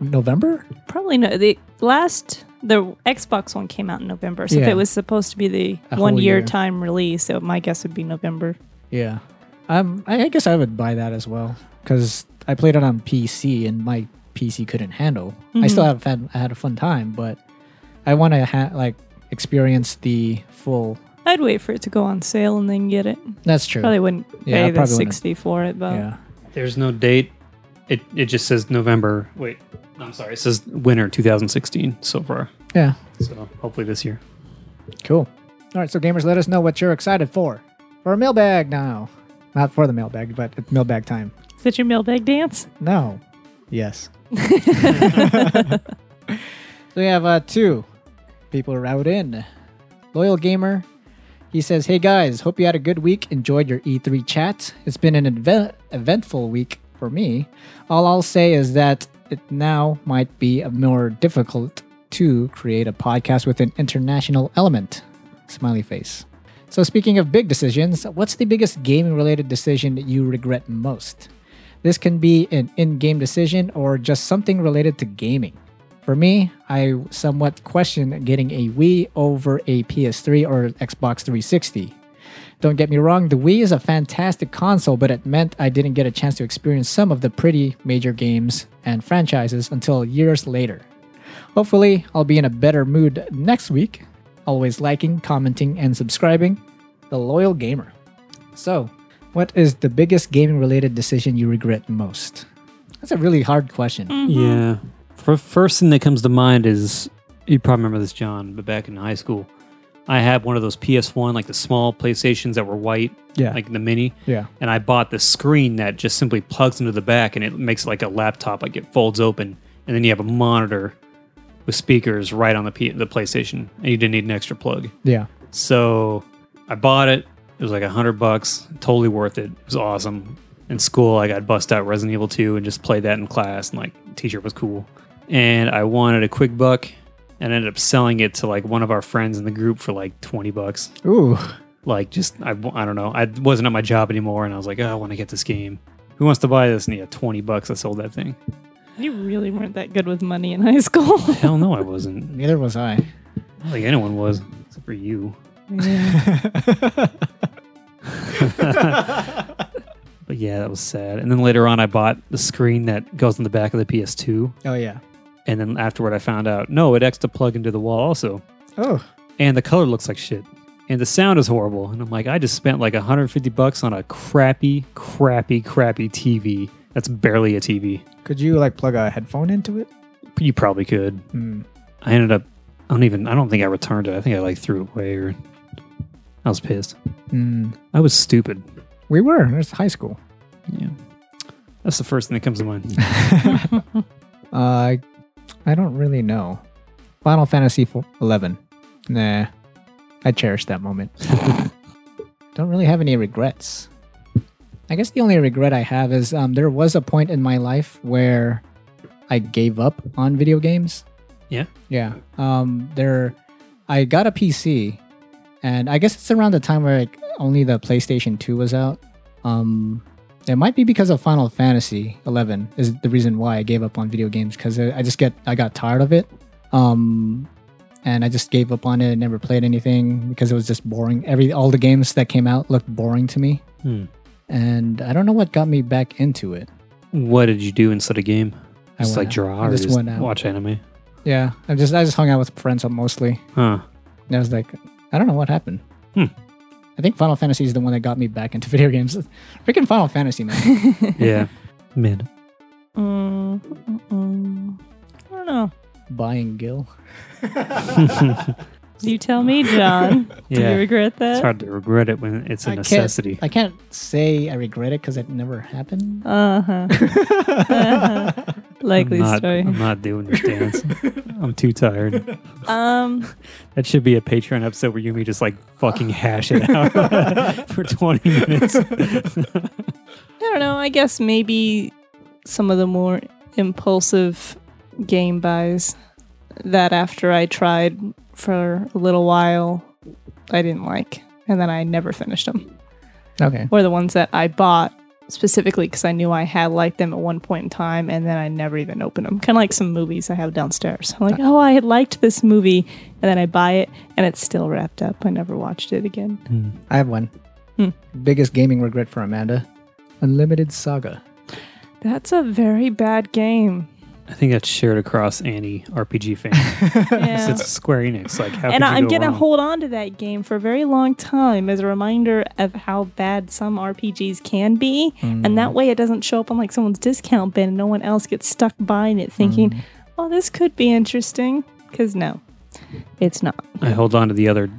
November? Probably no. The last the Xbox one came out in November, so if Yeah. it was supposed to be the A one whole year, year. time release, so my guess would be November. Yeah. Um, I, I guess I would buy that as well because I played it on PC and my PC couldn't handle. I still have had I had a fun time, but I want to ha- like experience the full. I'd wait for it to go on sale and then get it. That's true. Probably wouldn't Yeah, I pay the probably wouldn't. sixty for it, but yeah. There's no date. It it just says November. Wait, I'm sorry. It says winter 2016 so far. Yeah. So hopefully this year. Cool. All right, so gamers, let us know what you're excited for for a mailbag now. Not for the mailbag, but it's mailbag time. is that your mailbag dance? No. Yes. so we have uh, two people route in. Loyal Gamer, he says, Hey guys, hope you had a good week. Enjoyed your E3 chat. It's been an event- eventful week for me. All I'll say is that it now might be a more difficult to create a podcast with an international element. Smiley face. So, speaking of big decisions, what's the biggest gaming related decision that you regret most? This can be an in game decision or just something related to gaming. For me, I somewhat question getting a Wii over a PS3 or Xbox 360. Don't get me wrong, the Wii is a fantastic console, but it meant I didn't get a chance to experience some of the pretty major games and franchises until years later. Hopefully, I'll be in a better mood next week. Always liking, commenting, and subscribing. The Loyal Gamer. So, what is the biggest gaming related decision you regret most? That's a really hard question. Mm. Yeah. For first thing that comes to mind is you probably remember this, John, but back in high school, I had one of those PS1, like the small PlayStations that were white, Yeah. like the mini. yeah. and I bought the screen that just simply plugs into the back and it makes like a laptop, like it folds open, and then you have a monitor with speakers right on the P- the PlayStation, and you didn't need an extra plug. Yeah. So I bought it. It was like a hundred bucks, totally worth it. It was awesome. In school, I got bust out Resident Evil 2 and just played that in class, and like teacher was cool. And I wanted a quick buck, and and ended up selling it to like one of our friends in the group for like 20 bucks. Ooh. Like, just, I, w- I don't know. I wasn't at my job anymore, and I was like, oh, I want to get this game. Who wants to buy this? And yeah, 20 bucks. I sold that thing. You really weren't that good with money in high school. Hell no, I wasn't. Neither was I. I don't think anyone was, except for you. But yeah, that was sad. And then later on, I bought the screen that goes on the back of the PS2. oh yeah. And then afterward, I found out no, it X to plug into the wall also. Oh. And the color looks like shit. And the sound is horrible. And I'm like, I just spent like 150 bucks on a crappy, crappy, crappy TV. That's barely a TV. Could you like plug a headphone into it? You probably could. Hmm. I ended up, I don't even, I don't think I returned it. I think I like threw it away or I was pissed. Hmm. I was stupid. We were. It's high school. Yeah. That's the first thing that comes to mind. Uh, I don't really know. Final Fantasy fo- 11. Nah, I cherish that moment. don't really have any regrets. I guess the only regret I have is um, there was a point in my life where I gave up on video games. Yeah? Yeah. Um, there, I got a PC, and I guess it's around the time where like only the PlayStation 2 was out. Um, it might be because of Final Fantasy 11 is the reason why I gave up on video games because I I just get I got tired of it, um, and I just gave up on it. and never played anything because it was just boring. Every all the games that came out looked boring to me, Hmm. and I don't know what got me back into it. What did you do instead of game? I Just went like out. draw I or just just, went out. watch anime? Yeah, I just I just hung out with friends mostly. Huh. And I was like, I don't know what happened. Hmm. I think Final Fantasy is the one that got me back into video games. Freaking Final Fantasy, man. Yeah. Mid. Mm, mm, mm. I don't know. Buying Gil. You tell me, John. Do Yeah. you regret It's that? hard to regret it when it's a I can't- necessity. I can't say I regret it because it never happened. Uh huh. Uh-huh. Likely I'm not, story. I'm not doing this dance. I'm too tired. Um, That should be a Patreon episode where you and me just like fucking hash it out for 20 minutes. I don't know. I guess maybe some of the more impulsive game buys that after I tried for a little while, I didn't like, and then I never finished them. Okay. Or the ones that I bought specifically because I knew I had liked them at one point in time, and then I never even opened them. Kind of like some movies I have downstairs. I'm like, oh, I had liked this movie, and then I buy it, and it's still wrapped up. I never watched it again. I have one. Hmm. Biggest gaming regret for Amanda. Unlimited Saga. That's a very bad game. I think that's shared across any RPG fan. Yeah. It's Square Enix. Like, how and could you I'm go gonna wrong? hold on to that game for a very long time as a reminder of how bad some RPGs can be, and Hmm. that way it doesn't show up on like someone's discount bin and no one else gets stuck buying it thinking, Hmm. "Oh, this could be interesting." Because no, it's not. I hold on to the other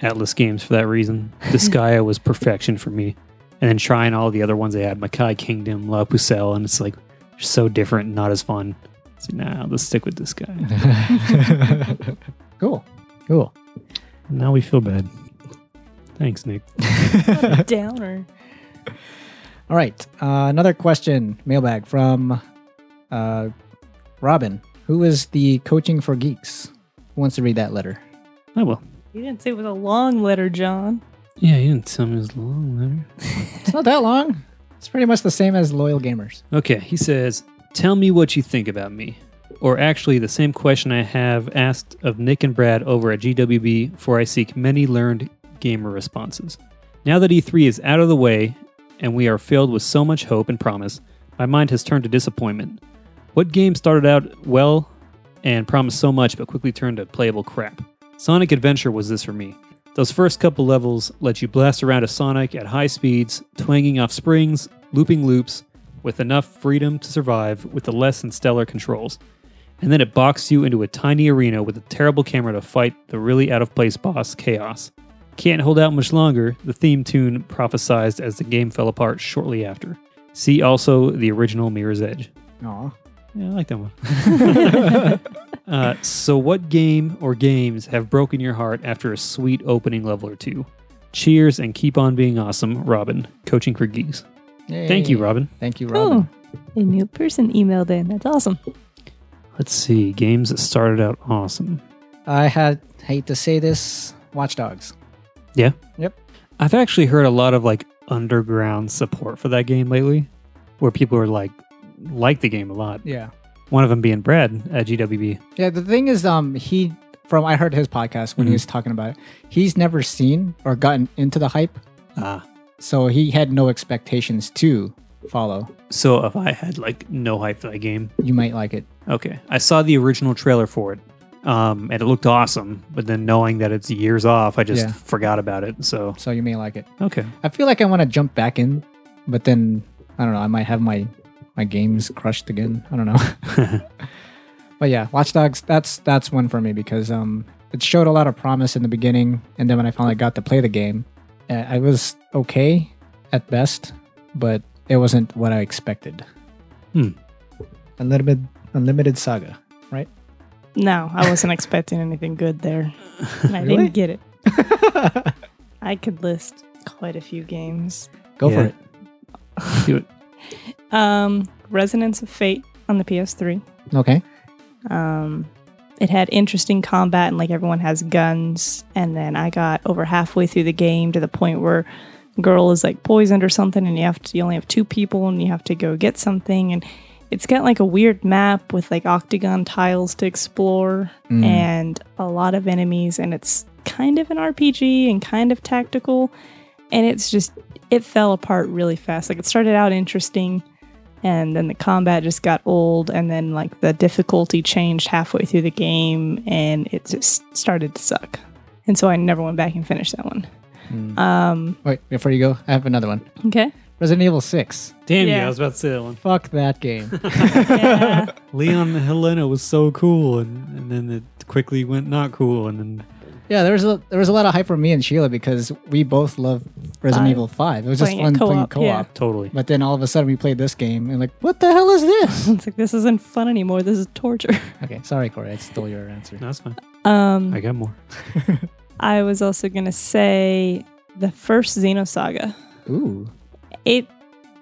Atlas games for that reason. Disgaea was perfection for me. And then trying all the other ones they had, Makai Kingdom, La Pucelle, and it's like so different and not as fun. So now nah, I'll just stick with this guy. Cool. Cool. now we feel bad. Thanks, Nick. Downer. All right. Uh, another question mailbag from uh, Robin. Who is the coaching for geeks? Who wants to read that letter? I will. You didn't say it was a long letter, John. Oh, Yeah, you didn't tell me it was long letter. It's not that long. It's pretty much the same as loyal gamers. Okay, he says, Tell me what you think about me. Or actually, the same question I have asked of Nick and Brad over at GWB, for I seek many learned gamer responses. Now that E3 is out of the way and we are filled with so much hope and promise, my mind has turned to disappointment. What game started out well and promised so much but quickly turned to playable crap? Sonic Adventure was this for me. Those first couple levels let you blast around a Sonic at high speeds, twanging off springs, looping loops, with enough freedom to survive with the less than stellar controls. And then it boxed you into a tiny arena with a terrible camera to fight the really out of place boss, Chaos. Can't hold out much longer, the theme tune prophesized as the game fell apart shortly after. See also the original Mirror's Edge. Aw. Yeah, I like that one. uh, so, what game or games have broken your heart after a sweet opening level or two? Cheers and keep on being awesome, Robin, coaching for geeks. Thank you, Yay. Robin. Thank you, Robin. Oh, a new person emailed in. That's awesome. Let's see, games that started out awesome. I had hate to say this, Watch Dogs. I've actually heard a lot of like underground support for that game lately, where people are like like the game a lot. Yeah. One of them being Brad at GWB. Yeah, the thing is, um, he from I heard his podcast when Mhm. he was talking about it, he's never seen or gotten into the hype, Ah, so he had no expectations to follow. so if I had like no hype for that game, You might like it. okay, I saw the original trailer for it, um, and it looked awesome. But then knowing that it's years off, I just Yeah. forgot about it. So So you may like it. okay, I feel like I want to jump back in, but then I don't know. I might have my my games crushed again. I don't know. but yeah, Watch Dogs. That's that's one for me because um, it showed a lot of promise in the beginning, and then when I finally got to play the game, uh, I was okay at best, but it wasn't what I expected. Hmm. Unlimited Unlimited Saga. No, I wasn't expecting anything good there. And I Really? didn't get it. I could list quite a few games. Go Yeah. for it. do it. Um, Resonance of Fate on the PS3. Okay. Um, it had interesting combat and like everyone has guns. And then I got over halfway through the game to the point where the girl is like poisoned or something, and you have to you only have two people and you have to go get something. And it's got like a weird map with like octagon tiles to explore Mm. and a lot of enemies. And it's kind of an RPG and kind of tactical. And it's just it fell apart really fast. Like it started out interesting and then the combat just got old and then like the difficulty changed halfway through the game and it just started to suck and so i never went back and finished that one Mm. um Wait, before you go, I have another one. okay Resident Evil Six. Damn you! Yeah. I was about to say that one. Fuck that game. yeah. Leon and Helena was so cool, and, and then it quickly went not cool, and then Yeah, there was a there was a lot of hype for me and Sheila because we both love Resident Five. Evil Five. It was just Playing it fun playing co-op, co-op. yeah. totally. But then all of a sudden we played this game and like, what the hell is this? it's like this isn't fun anymore this is torture okay, sorry Corey, I stole your answer. No, that's fine. um I got more. i was also gonna say the first xenosaga Ooh, it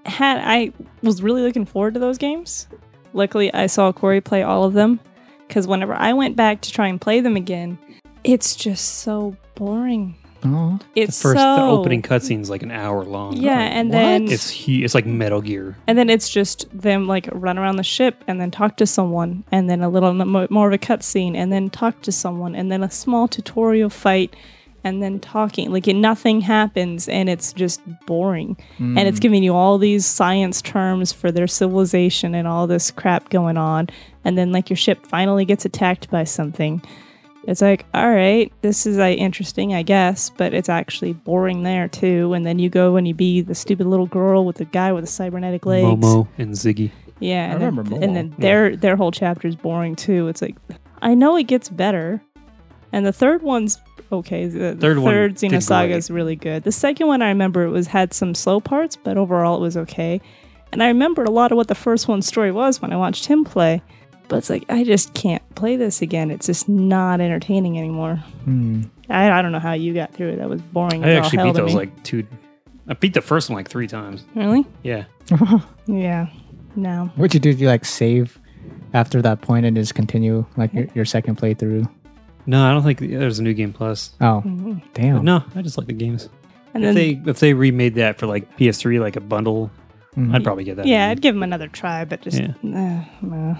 had I was really looking forward to those games. Luckily, I saw Corey play all of them because whenever I went back to try and play them again, it's just so boring. oh, It's the first the so- opening cutscene's like an hour long. Yeah, and What? then It's hu- it's like Metal Gear. and then it's just them like run around the ship and then talk to someone and then a little mo- more of a cutscene and then talk to someone and then a small tutorial fight and then talking like it, nothing happens and it's just boring and it's giving you all these science terms for their civilization and all this crap going on and then like your ship finally gets attacked by something it's like all right this is like interesting i guess but it's actually boring there too and then you go and you be the stupid little girl with the guy with the cybernetic legs Momo and Ziggy. yeah and remember then, Momo. and then their their whole chapter is boring too it's like i know it gets better and the third one's okay. The Third third, one third did Xenosaga great. is really good. The second one I remember it was had some slow parts, but overall it was okay. And I remembered a lot of what the first one's story was when I watched him play. But it's like I just can't play this again. It's just not entertaining anymore. Hmm. I, I don't know how you got through it. That was boring. I as all actually hell beat to those me. like two. I beat the first one like three times. really. Yeah. Yeah. No. what'd you do? Did you like save after that point and just continue like your, your second playthrough? No, I don't think there's a new game plus. Oh, Mhm. damn. But no, I just like the games. And if then they if they remade that for like PS3 like a bundle, Mhm. I'd probably get that. Mm-hmm. yeah, I'd give him another try, but just Yeah. nah, nah.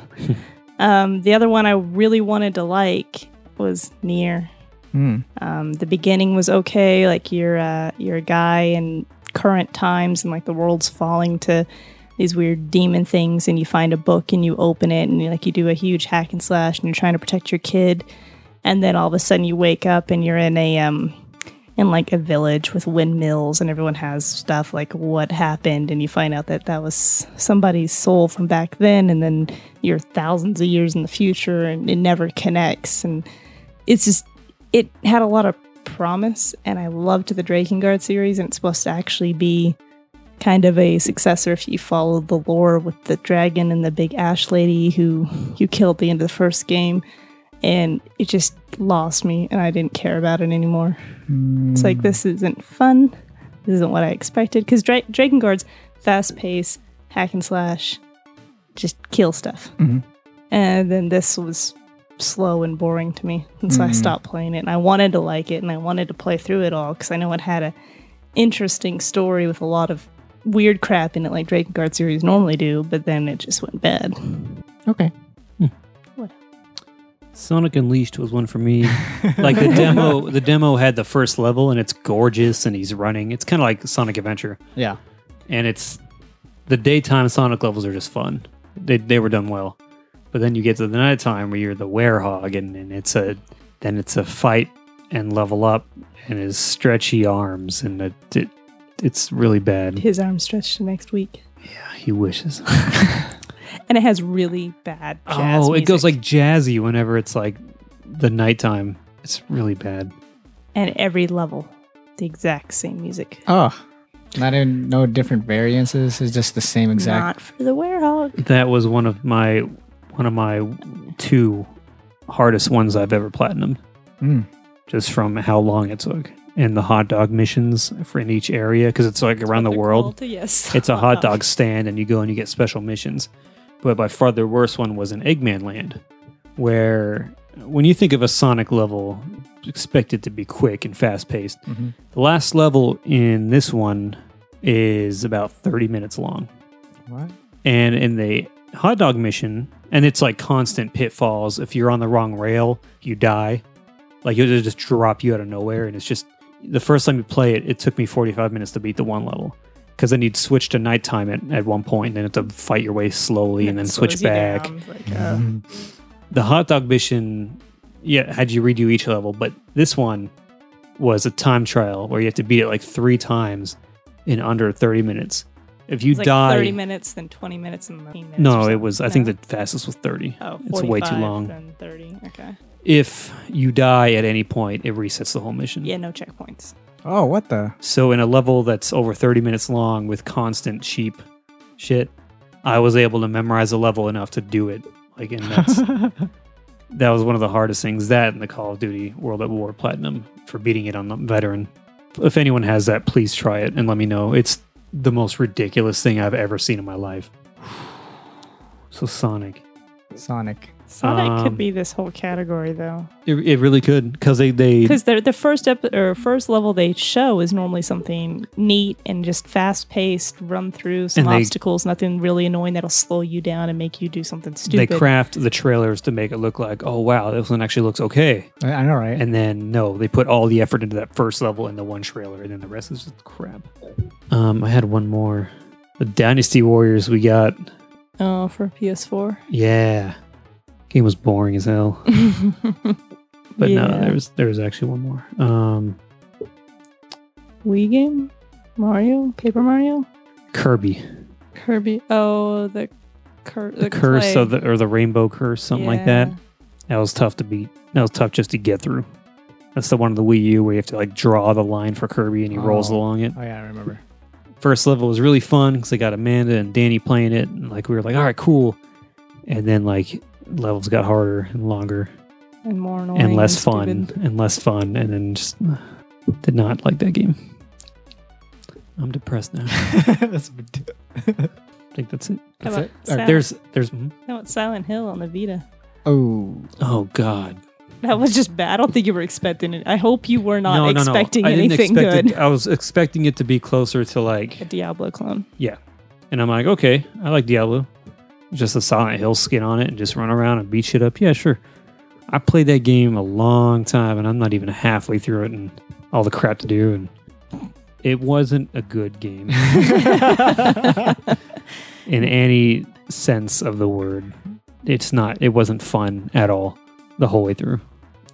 um, the other one I really wanted to like was near. Hmm. Um, the beginning was okay, like you're uh, you're a guy in current times and like the world's falling to these weird demon things, and you find a book and you open it and you, like you do a huge hack and slash and you're trying to protect your kid, and then all of a sudden you wake up and you're in a um in like a village with windmills and everyone has stuff like what happened and you find out that that was somebody's soul from back then and then you're thousands of years in the future and it never connects and it's just it had a lot of promise and I loved the Drakengard series and it's supposed to actually be kind of a successor if you follow the lore with the dragon and the big ash lady who you killed at the end of the first game and it just lost me and I didn't care about it anymore. It's like this isn't fun. This isn't what I expected because Dra- Drakengard's fast pace hack and slash, just kill stuff. Mhm. And then this was slow and boring to me. And so I Mm-hmm. Mhm. stopped playing it. And I wanted to like it and I wanted to play through it all because I know it had a interesting story with a lot of weird crap in it like Dragon Guard series normally do, but then it just went bad. Mm-hmm. Okay. Sonic Unleashed was one for me. like the demo, the demo had the first level, and it's gorgeous, and he's running. It's kind of like Sonic Adventure, Yeah. and it's the daytime Sonic levels are just fun. They they were done well, but then you get to the nighttime where you're the werehog, and, and it's a then it's a fight and level up, and his stretchy arms, and it, it it's really bad. His arm stretched to next week. Yeah, he wishes. And it has really bad jazz. oh, it goes music. like jazzy whenever it's like the nighttime. It's really bad. and every level the exact same music. Oh. Not in no different variances. It's just the same exact. Not for the werehog. That was one of my one of my two hardest ones I've ever platinumed, Mm. just from how long it took and the hot dog missions for in each area because it's like around the world. yes. It's a hot dog stand, and you go and you get special missions. But by far the worst one was in Eggman Land, where when you think of a Sonic level, expect it to be quick and fast paced. Mhm. The last level in this one is about 30 minutes long What? and in the hot dog mission, and it's like constant pitfalls. If you're on the wrong rail, you die. Like it'll just drop you out of nowhere, and it's just the first time you play it. It took me 45 minutes to beat the one level because then you'd switch to nighttime at, at one point, and then have to fight your way slowly, and then switch back. Mm-hmm. uh, Mm-hmm. The hot dog mission, yeah, had you redo each level, but this one was a time trial where you have to beat it like three times in under 30 minutes. If you It's like die, 30 minutes, then 20 minutes, and 19 minutes. or no, it something. was. I think No? the fastest was thirty. Oh, it's way too 45, long. Mm. Then 30. Okay. If you die at any point, it resets the whole mission. Yeah, no checkpoints. Oh, what the? So in a level that's over thirty minutes long with constant cheap shit, I was able to memorize the level enough to do it. Like, and that's that was one of the hardest things. That and the Call of Duty World at War Platinum for beating it on the veteran. If anyone has that, please try it and let me know. It's the most ridiculous thing I've ever seen in my life. So Sonic. Sonic. Sonic Um, could be this whole category though, It, it really could because they they because the the first ep- or first level they show is normally something neat and just fast paced, run through some And they- obstacles, nothing really annoying that'll slow you down and make you do something they stupid. craft the trailers to make it look like, oh wow, this one actually looks okay. I, I know, right? And then no, they put all the effort into that first level and the one trailer, and then the rest is just crap. Um, I had one more. The Dynasty Warriors we got. oh, for PS4. Yeah. Game was boring as hell. But no, Yeah. there was there was actually one more. Um Wii game, Mario, Paper Mario, Kirby. Kirby. Oh, the, cur- The, curse of the or the rainbow curse, something like that. That was tough to beat. That was tough just to get through. That's the one on the Wii U where you have to like draw the line for Kirby and he rolls Oh. along it. oh yeah, I remember. first level was really fun because I got Amanda and Danny playing it, and like we were like, all right, cool. And then like levels got harder and longer and more annoying and less fun Oh, stupid. and less fun, and then just uh, did not like that game. I'm depressed now. I That's, think that's it. How that's about it. Sa- Yeah. There's there's mhm. How about Silent Hill on the Vita? Oh, oh god. That was just bad. I don't think you were expecting it. I hope you were not no, no, no. expecting I didn't anything expect it- good. I was expecting it to be closer to A like, Diablo clone. and I'm like, okay, I like Diablo. Just a Silent Hill skin on it and just run around and beat shit up. Yeah, sure. I played that game a long time and I'm not even halfway through it and all the crap to do and it wasn't a good game in any sense of the word. It's not it wasn't fun at all the whole way through.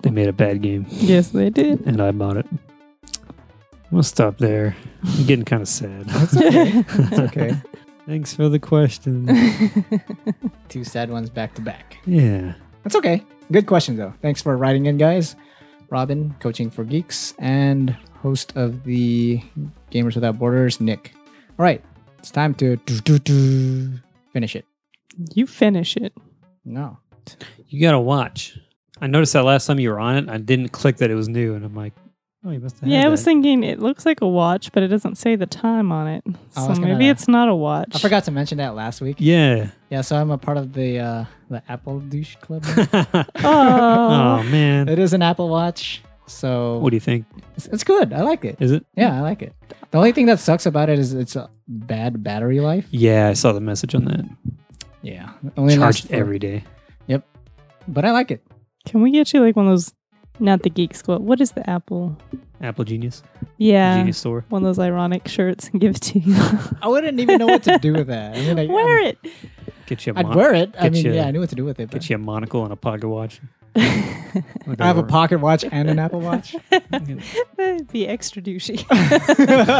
They made a bad game yes, they did. and I bought it. I'm gonna stop there. I'm getting kind of sad. it's okay. Thanks for the question. Two sad ones back to back. Yeah. That's okay. Good question though. Thanks for writing in, guys. Robin, coaching for geeks, and host of the Gamers Without Borders, Nick. All right, it's time to do, do, do, finish it. you finish it. No, You gotta watch. I noticed that last time you were on it, I didn't click that it was new, and I'm like, Oh, you must have. Yeah, had I was that. thinking it looks like a watch, but it doesn't say the time on it. I So was gonna- maybe it's not a watch. I forgot to mention that last week. Yeah. Yeah, so I'm a part of the uh, the Apple douche club. now. oh Oh, man, it is an Apple Watch, so what do you think? it's, it's good. I like it. Is it? Yeah, I like it. The only thing that sucks about it is it's a bad battery life. Yeah, I saw the message on that. Yeah, it only lasts Charged for- every day. But I like it. can we get you like one of those? Not the Geek Squad. What is the Apple? Apple Genius. Yeah, Genius store. one of those ironic shirts and give it to you. I wouldn't even know what to do with that. I mean, like, Wear I'm- it. Get you a I'd mon- wear it. I Get mean, you- yeah, I knew what to do with it. get But you a monocle and a pocket watch. I have a pocket watch and an Apple Watch. That'd be extra douchey.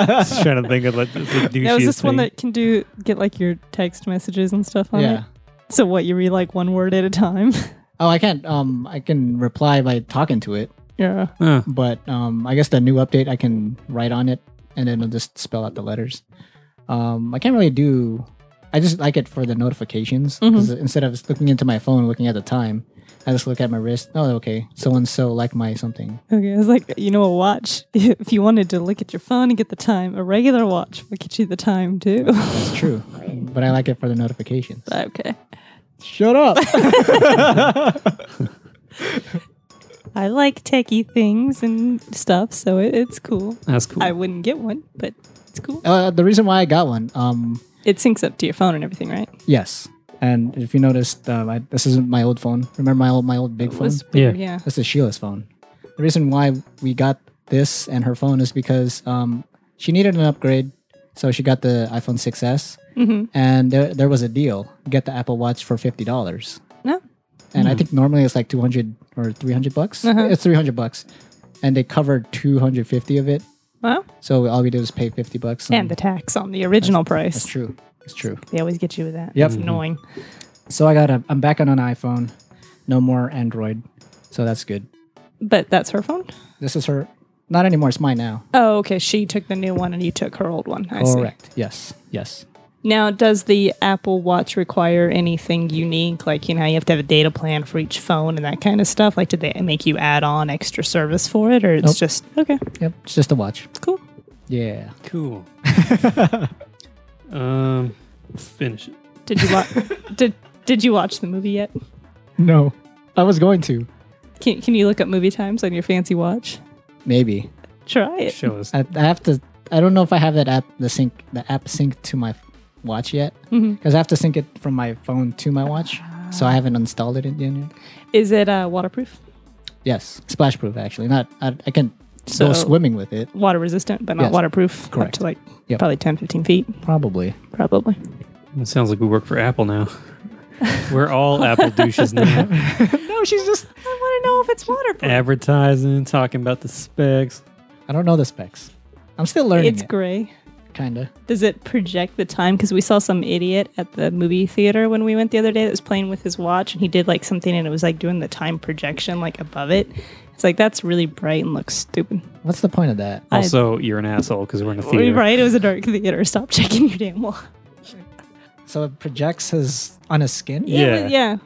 Just trying to think of like the douchiest Now is this one thing. that can do get like your text messages and stuff on yeah. it? So what you read like one word at a time? Oh, I can't. Um, I can reply by talking to it, yeah. Huh. but um, I guess the new update I can write on it, and then it'll just spell out the letters. Um, I can't really do. I just like it for the notifications 'cause instead of just looking into my phone, looking at the time, I just look at my wrist. Oh, okay, so and so like my something. Okay. I was like, you know, a watch. If you wanted to look at your phone and get the time, a regular watch would get you the time too. It's true, but I like it for the notifications. okay. Shut up. I like techie things and stuff, so it, it's cool. That's cool. I wouldn't get one, but it's cool. uh, the reason why I got one. Um, It syncs up to your phone and everything, right? yes, and if you noticed, uh, I, this isn't my old phone. Remember my old my old big It phone. was Yeah. weird, yeah. This is Sheila's phone. The reason why we got this and her phone is because um, she needed an upgrade, so she got the iPhone 6s, hmm and there, there was a deal: get the Apple Watch for fifty dollars. No. And I think normally it's like two hundred or three hundred bucks. Hmm. Uh-huh. It's three hundred bucks, and they covered two hundred fifty of it. Well, So all we did was pay fifty bucks. and the tax on the original Mm. that's price. true. It's true. They always get you with that. Yep. It's annoying. So I got a. I'm back on an iPhone. No more Android. So that's good. But that's her phone? This is her. Not anymore. It's mine now. Oh, okay. She took the new one and you took her old one. I see. Correct. Yes. Yes. Now, does the Apple Watch require anything unique? Like, you know, how you have to have a data plan for each phone and that kind of stuff. Like, did they make you add on extra service for it or it's Nope. just, okay, Yep. It's just a watch. cool. Yeah. cool. um, finish it. Did you watch, did, did you watch the movie yet? No. I was going to. Can, can you look up movie times on your fancy watch? Maybe. Try it. Show us. I, I have to. I don't know if I have that app, the sync, the app sync to my watch yet, because Mm-hmm. I have to sync it from my phone to my watch. So I haven't installed it yet. Is it uh, waterproof? Yes, splash proof actually. Not I, I can So- go swimming with it. Water resistant, but not Yes. waterproof. Up Correct. to like Yep. probably 10, 15 feet, Probably. probably. It sounds like we work for Apple now. We're all Apple douches now. No, she's just. I want to know if it's waterproof. Advertising, talking about the specs. I don't know the specs. I'm still learning. It's it, gray. kinda. Does it project the time? Because we saw some idiot at the movie theater when we went the other day that was playing with his watch and he did like something and it was like doing the time projection like above it. It's like that's really bright and looks stupid. What's the point of that? I- Also, you're an asshole because we're in a theater. Right? It was a dark theater. Stop checking your damn watch. So it projects his on his skin. Yeah. It was, yeah.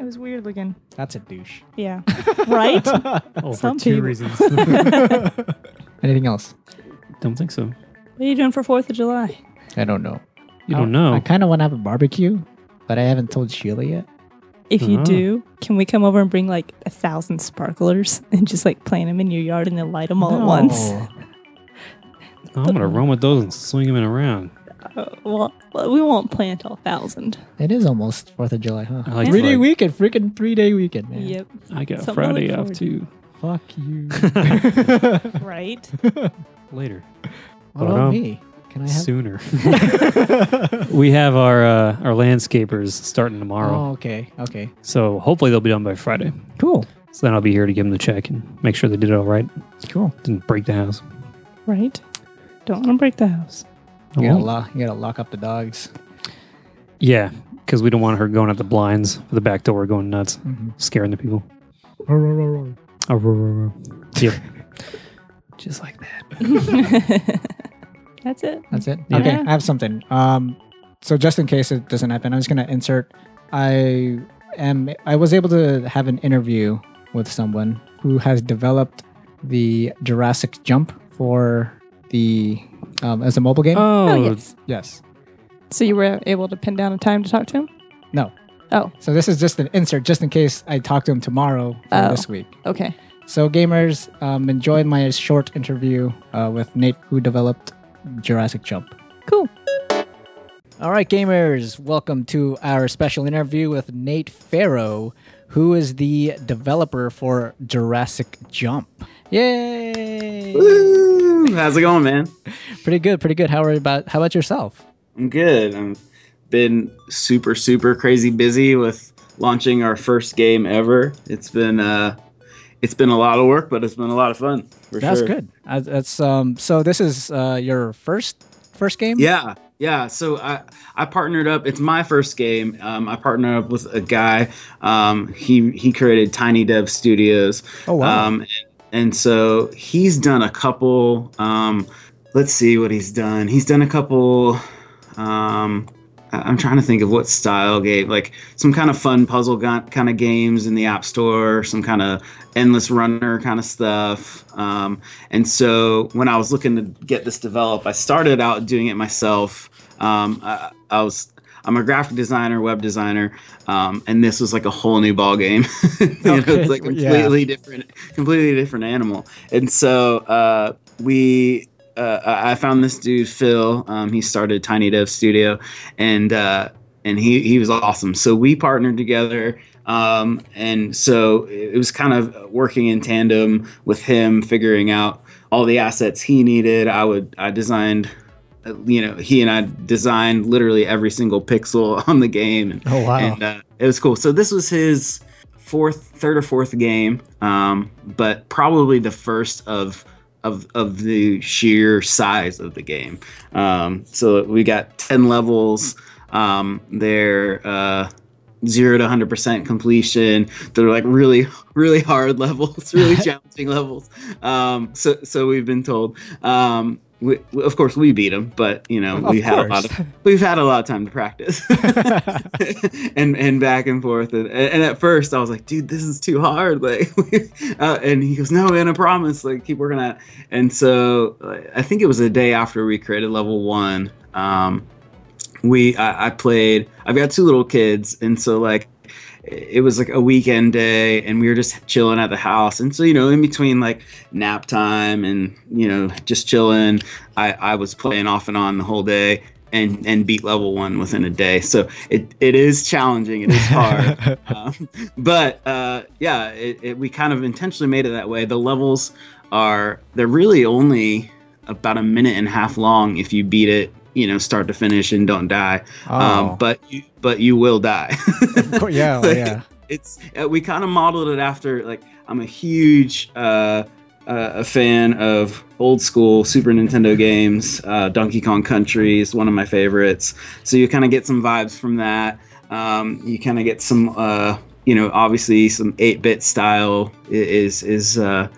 It was weird looking. That's a douche. Yeah. right? Oh, for Some two people. reasons. Anything else? don't think so. What are you doing for 4th of July? I don't know. You Oh, I- don't know. I kind of want to have a barbecue, but I haven't told Sheila yet. If you Oh. do, can we come over and bring like a thousand sparklers and just like plant them in your yard and then light them all at once? No. I'm gonna run with those and swing them around. Uh, well, we won't plant all thousand. It is almost Fourth of July, huh? I like three day July. weekend, freaking three day weekend, man. Yep. I got Something to Friday look off forward too. Fuck you. Right? Later, what Hold on. about me? Can I have? sooner. we have our uh, our landscapers starting tomorrow, Oh, okay, okay, so hopefully they'll be done by Friday. cool, So then I'll be here to give them the check and make sure they did it all right. cool. Didn't break the house. Right? Don't want to break the house. I You gotta, won't. lock, you gotta lock up the dogs. Yeah, because we don't want her going at the blinds or the back door going nuts, Mm-hmm. scaring the people. Ah, roar, roar, roar. Yep. Just like that. That's it. That's it. Yeah. Okay, I have something. Um, so just in case it doesn't happen, I'm just gonna insert. I am. I was able to have an interview with someone who has developed the Jurassic Jump for the um, as a mobile game. Oh, yes. yes. So you were able to pin down a time to talk to him? No. Oh, So this is just an insert, just in case I talk to him tomorrow for Oh. this week. okay. So gamers, um, enjoyed my short interview uh, with Nate, who developed Jurassic Jump. Cool. All right, gamers, welcome to our special interview with Nate Farrow, who is the developer for Jurassic Jump. Yay! Woo! How's it going, man? Pretty good, pretty good. How are about how about yourself? I'm good. I've been super, super crazy busy with launching our first game ever. It's been uh, it's been a lot of work, but it's been a lot of fun. For That's sure. good. Uh, that's um. So this is uh your first first game. Yeah, yeah. So I I partnered up. It's my first game. Um, I partnered up with a guy. Um, he he created Tiny Dev Studios. Oh wow. Um, and so he's done a couple. Um, let's see what he's done. He's done a couple. Um, I- I'm trying to think of what style game, like some kind of fun puzzle ga- kind of games in the App Store, some kind of endless runner kind of stuff. Um, and so when I was looking to get this developed, I started out doing it myself. Um, I, I was. I'm a graphic designer, web designer, um, and this was like a whole new ball game. you know, Okay, it's like yeah. completely different, completely different animal. And so uh, we, uh, I I found this dude Phil. Um, he started Tiny Dev Studio, and uh, and he he was awesome. So we partnered together. Um, and so it was kind of working in tandem with him, figuring out all the assets he needed. I would I designed, uh, you know, he and I designed literally every single pixel on the game, and, oh wow. and uh, it was cool. So this was his fourth, third or fourth game, um, but probably the first of of of the sheer size of the game. Um, so we got ten levels. Um, they're uh, zero to hundred percent completion. They're like really, really hard levels, really challenging levels. Um, so so we've been told. Um, we, of course, we beat them, but you know Of we had course. a lot of we've had a lot of time to practice and and back and forth and, and at first i was like dude this is too hard like uh, and he goes no man i promise like keep working at it and so like, i think it was the day after we created level one um we I, I played i've got two little kids and so like it was like a weekend day and we were just chilling at the house and so you know in between like nap time and you know just chilling i i was playing off and on the whole day and and beat level one within a day so it it is challenging it is hard um, but uh, yeah, it, it, we kind of intentionally made it that way. The levels are they're really only about a minute and a half long if you beat it, you know, start to finish and don't die. Oh. Um, but you, but you will die. Of cour- yeah, oh, Like, yeah. it's uh, we kind of modeled it after like I'm a huge uh, uh, a fan of old school Super Nintendo games. Uh, Donkey Kong Country is one of my favorites, so you kind of get some vibes from that. Um, you kind of get some, uh, you know, obviously some 8-bit style i- is is uh,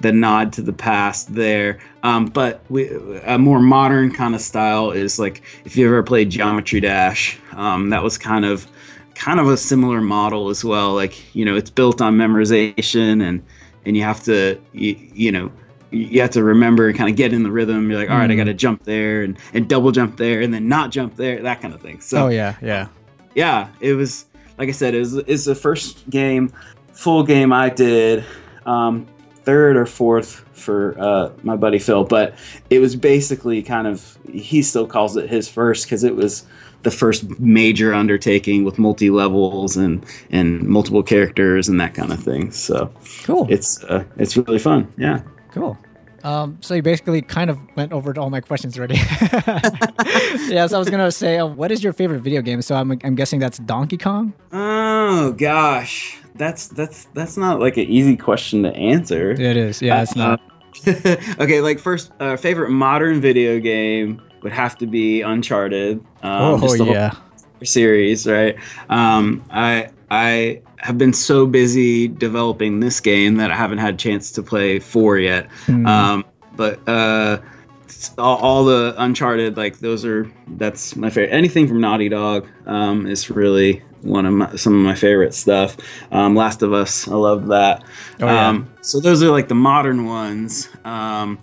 the nod to the past there. Um, but we, a more modern kind of style is like if you ever played Geometry Dash, um, that was kind of kind of a similar model as well. Like you know, it's built on memorization, and and you have to you, you know you have to remember and kind of get in the rhythm. You're like, all right, I Mm. got to jump there and and double jump there, and then not jump there, that kind of thing. So oh yeah, yeah. yeah, it was like I said, it was it's the first game, full game I did, um, third or fourth for uh, my buddy Phil, but it was basically kind of he still calls it his first because it was the first major undertaking with multi levels and and multiple characters and that kind of thing. So Cool. it's uh, it's really fun. Yeah. Cool. Um, so you basically kind of went over to all my questions already. yeah, so I was gonna say, uh, what is your favorite video game? So I'm, I'm guessing that's Donkey Kong. Oh gosh, that's that's that's not like an easy question to answer. It is. Yeah, it's not. okay, like first, uh, favorite modern video game would have to be Uncharted. Um, oh just the whole yeah. series, right? Um, I I have been so busy developing this game that I haven't had a chance to play four yet. Mm. Um, but uh, s- all, all the Uncharted, like those are that's my favorite. Anything from Naughty Dog um, is really one of my, some of my favorite stuff. Um, Last of Us, I love that. Oh, yeah. um, so those are like the modern ones. Um,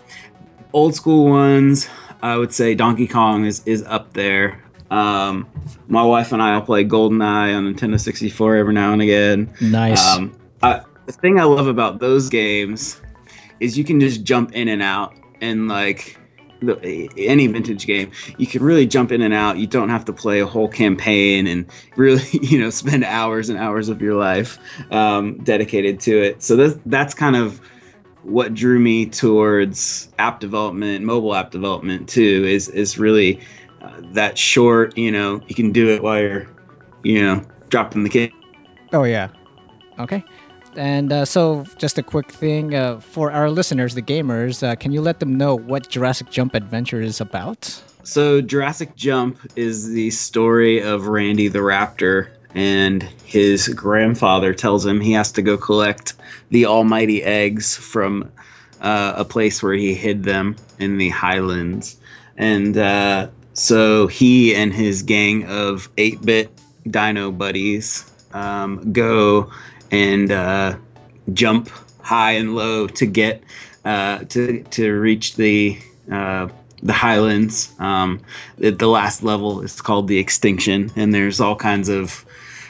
old school ones, I would say Donkey Kong is is up there. Um, my wife and I will play GoldenEye on Nintendo 64 every now and again. Nice. Um, I, the thing I love about those games is you can just jump in and out, and like the, any vintage game, you can really jump in and out. You don't have to play a whole campaign and really, you know, spend hours and hours of your life um, dedicated to it. So that's that's kind of what drew me towards app development, mobile app development too. Is is really uh, that short. You know, you can do it while you're, you know, dropping the kid. Oh yeah. Okay. And uh, so, just a quick thing uh, for our listeners, the gamers, uh, can you let them know what Jurassic Jump Adventure is about? So Jurassic Jump is the story of Randy the Raptor and his grandfather tells him he has to go collect the almighty eggs from uh, a place where he hid them in the highlands. And uh, so he and his gang of 8 bit dino buddies um, go and uh, jump high and low to get uh, to, to reach the uh, the highlands. Um, the, the last level is called the extinction, and there's all kinds of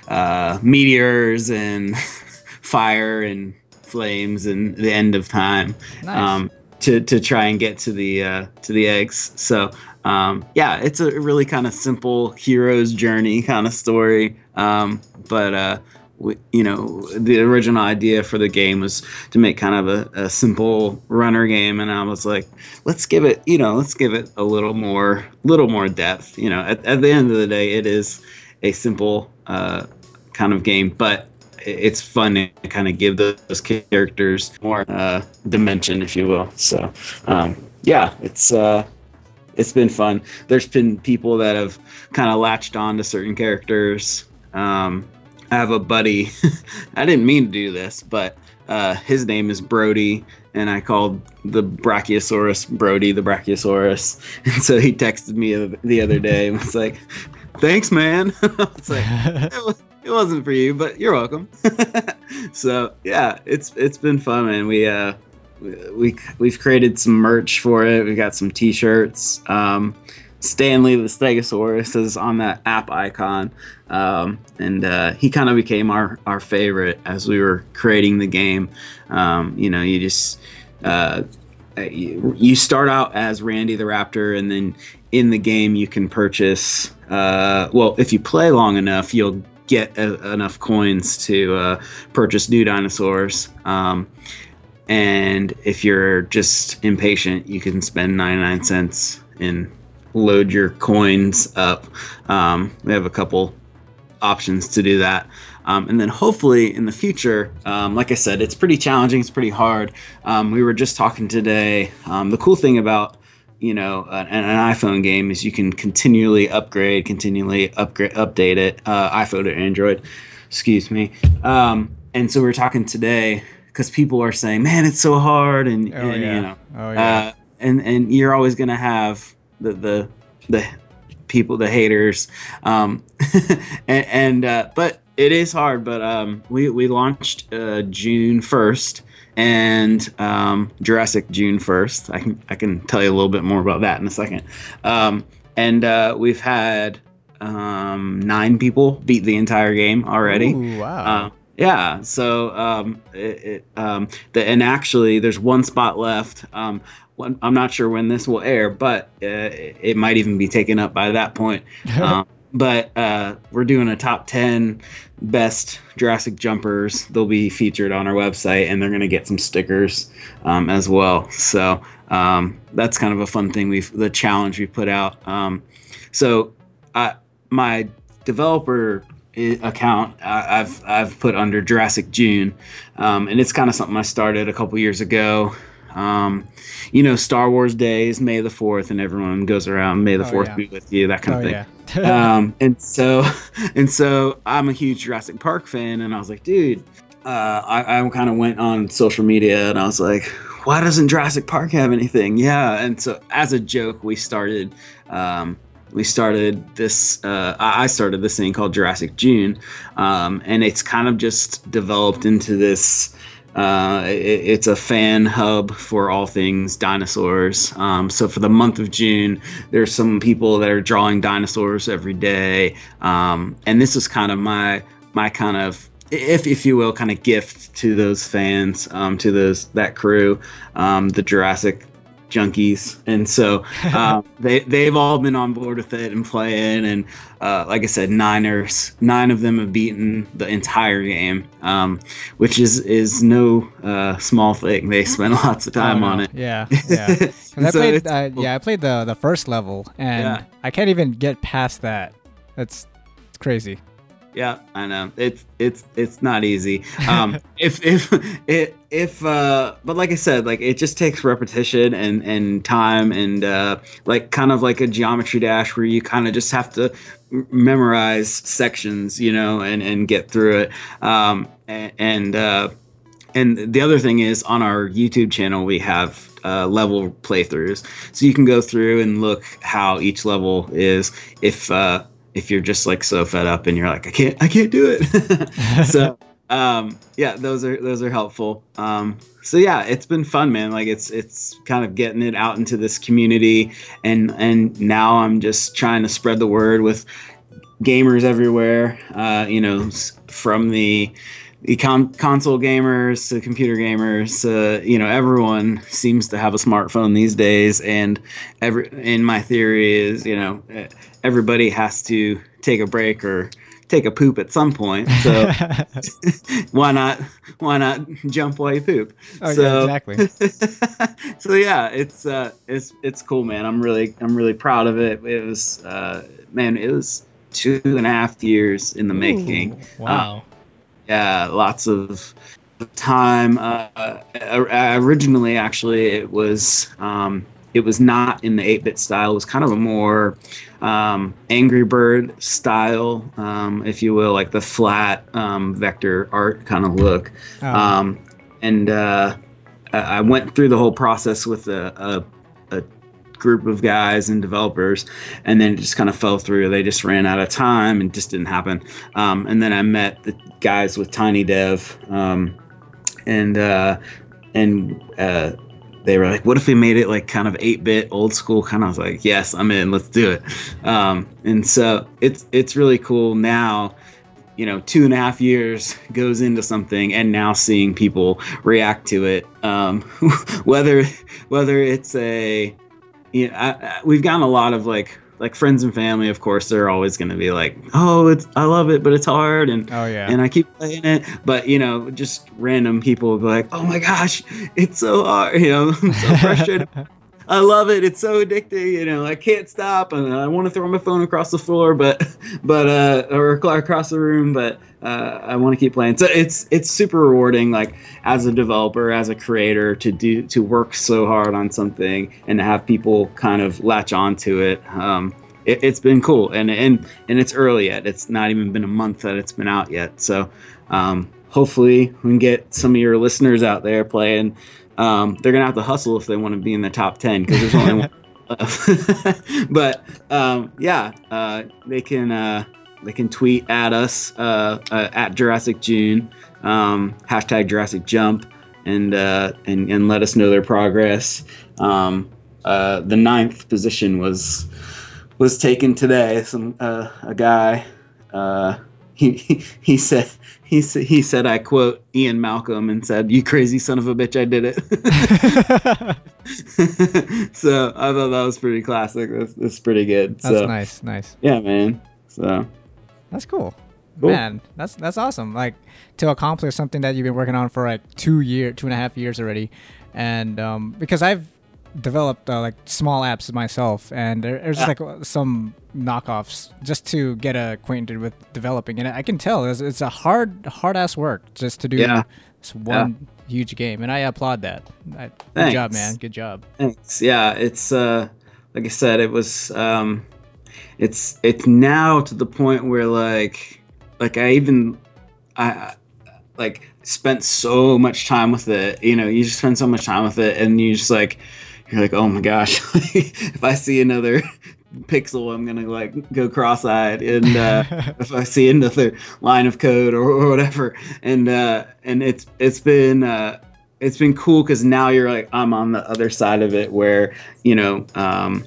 uh, meteors and fire and flames and the end of time Nice. um, to to try and get to the uh, to the eggs. So um, yeah, it's a really kind of simple hero's journey kind of story. Um, but uh, we, you know, the original idea for the game was to make kind of a, a simple runner game, and I was like, let's give it you know let's give it a little more little more depth. You know, at, at the end of the day, it is a simple uh, kind of game, but i- it's fun to kind of give those, those characters more uh, dimension, if you will. So, um, yeah, it's uh, it's been fun. There's been people that have kind of latched on to certain characters. Um, I have a buddy. I didn't mean to do this, but uh, his name is Brody, and I called the Brachiosaurus Brody the Brachiosaurus. And so he texted me the other day and was like, "Thanks, man." It's Oh, like, it, wa- it wasn't for you, but you're welcome. so yeah, it's it's been fun, man. We uh we we've created some merch for it. We got some T-shirts. Um, Stanley the Stegosaurus is on that app icon, um, and uh, he kind of became our our favorite as we were creating the game. Um, you know, you just uh, you you start out as Randy the Raptor, and then in the game you can purchase. Uh, well, if you play long enough, you'll get uh enough coins to uh, purchase new dinosaurs. Um, and if you're just impatient, you can spend 99 cents and load your coins up. Um, we have a couple options to do that. Um, and then hopefully in the future, um, like I said, it's pretty challenging, it's pretty hard. Um, we were just talking today. Um, the cool thing about you know an, an iphone game is you can continually upgrade continually upgrade update it uh, iphone to android excuse me um, and so we were talking today because people are saying man it's so hard and, Oh and, yeah. you know oh yeah. uh, and and you're always gonna have the the, the people, the haters, um, and, and uh, but it is hard. But um, we we launched uh, June first and um, Jurassic June first. I can I can tell you a little bit more about that in a second. Um, and uh, we've had um, nine people beat the entire game already. Ooh, wow. Uh, yeah. So um, it, it, um, the, and actually, there's one spot left. Um, one, I'm not sure when this will air, but uh, it it might even be taken up by that point. Um, but uh, we're doing a top 10 best Jurassic jumpers. They'll be featured on our website, and they're going to get some stickers um, as well. So um, that's kind of a fun thing. We've the challenge we put out. Um, so I, my developer i- account I, I've I've put under Jurassic June, um, and it's kind of something I started a couple years ago. Um, you know, Star Wars Day is May the fourth, and everyone goes around May the Oh, Fourth yeah. be with you, that kind oh of thing yeah. um, and so and so I'm a huge Jurassic Park fan, and I was like, dude, uh, I, I kind of went on social media and I was like, why doesn't Jurassic Park have anything? Yeah, and so as a joke, we started um, we started this. Uh, I I started this thing called Jurassic June, um, and it's kind of just developed into this. Uh, it, it's a fan hub for all things dinosaurs. Um, so for the month of June, there's some people that are drawing dinosaurs every day, um, and this is kind of my my kind of if if you will kind of gift to those fans um, to those that crew um, the Jurassic junkies and so um, they they've all been on board with it and playing and uh, like I said Niners nine of them have beaten the entire game um, which is is no uh, small thing they spend lots of time Oh, on no. it Yeah, yeah. 'Cause I So played, it's uh, cool. yeah, I played the the first level, and Yeah. I can't even get past that. That's it's crazy. Yeah, I know. It's it's it's not easy. Um, if if it if uh, but like I said, like it just takes repetition and and time and uh, like kind of like a geometry dash where you kind of just have to m- memorize sections, you know, and and get through it. Um, and, and uh, and the other thing is on our YouTube channel we have uh, level playthroughs, so you can go through and look how each level is. If uh, if you're just like so fed up and you're like I can't I can't do it, so um, yeah, those are those are helpful. Um, so yeah, it's been fun, man. Like it's it's kind of getting it out into this community, and and now I'm just trying to spread the word with gamers everywhere. Uh, you know, s- from the the con- console gamers to computer gamers, uh, you know, everyone seems to have a smartphone these days. And every, in my theory is, you know, eh, everybody has to take a break or take a poop at some point. So why not, why not jump while you poop? oh yeah, So- exactly. so yeah, it's uh, it's it's cool, man. I'm really I'm really proud of it. It was uh, man, it was two and a half years in the making. Wow. Yeah, lots of time. Uh, uh, originally, actually, it was um, it was not in the 8-bit style. It was kind of a more um, Angry Bird style, um, if you will, like the flat um, vector art kind of look Oh, um, and uh, I I went through the whole process with a, a, a group of guys and developers, and then it just kind of fell through. They just ran out of time and just didn't happen. Um, and then I met the guys with Tiny Dev, um, and uh, and uh, they were like, "What if we made it like kind of eight bit, old school?" Kind of I was like, "Yes, I'm in. Let's do it." Um, and so it's it's really cool now. You know, two and a half years goes into something, and now seeing people react to it, um, whether whether it's a you know, I, I, we've gotten a lot of like like friends and family. Of course, they're always going to be like, "Oh, it's I love it, but it's hard," and oh yeah. and I keep playing it. But you know, just random people will be like, "Oh my gosh, it's so hard!" You know, I'm so frustrated. I love it. It's so addicting. You know, I can't stop, and I want to throw my phone across the floor, but but uh, or ac- across the room, but uh, I want to keep playing. So it's it's super rewarding, like as a developer, as a creator, to do to work so hard on something and to have people kind of latch onto it. Um, it, it's been cool and and and it's early yet it's not even been a month that it's been out yet so um, hopefully we can get some of your listeners out there playing um, they're gonna have to hustle if they want to be in the top 10 because there's only one left. but um, yeah uh, they can uh, they can tweet at us uh, uh, at jurassic june um, hashtag jurassic jump and, uh, and and let us know their progress um, uh, the ninth position was was taken today. Some uh, a guy, uh, he, he he said he sa- he said I quote Ian Malcolm and said, "You crazy son of a bitch, I did it." so I thought that was pretty classic. That's, that's pretty good. that's so nice, nice. yeah, man. So That's cool. Cool. Man, that's that's awesome. Like to accomplish something that you've been working on for like two year, two and a half years already, and um, because I've developed uh, like small apps myself, and there, Ah. there's just like uh, some knockoffs just to get acquainted with developing, and I can tell it's, it's a hard, hard ass work just to do Yeah. this one huge game, and I applaud that. I, good Thanks. job, man. Good job. Thanks. Yeah, it's uh, like I said, it was um, it's it's now to the point where like like I even I I- like spent so much time with it. You know, you just spend so much time with it, and you just like you're like, oh my gosh, if I see another pixel, I'm gonna like go cross-eyed, and uh, if I see another line of code or, or whatever, and uh, and it's it's been uh, it's been cool because now you're like I'm on the other side of it, where you know. Um,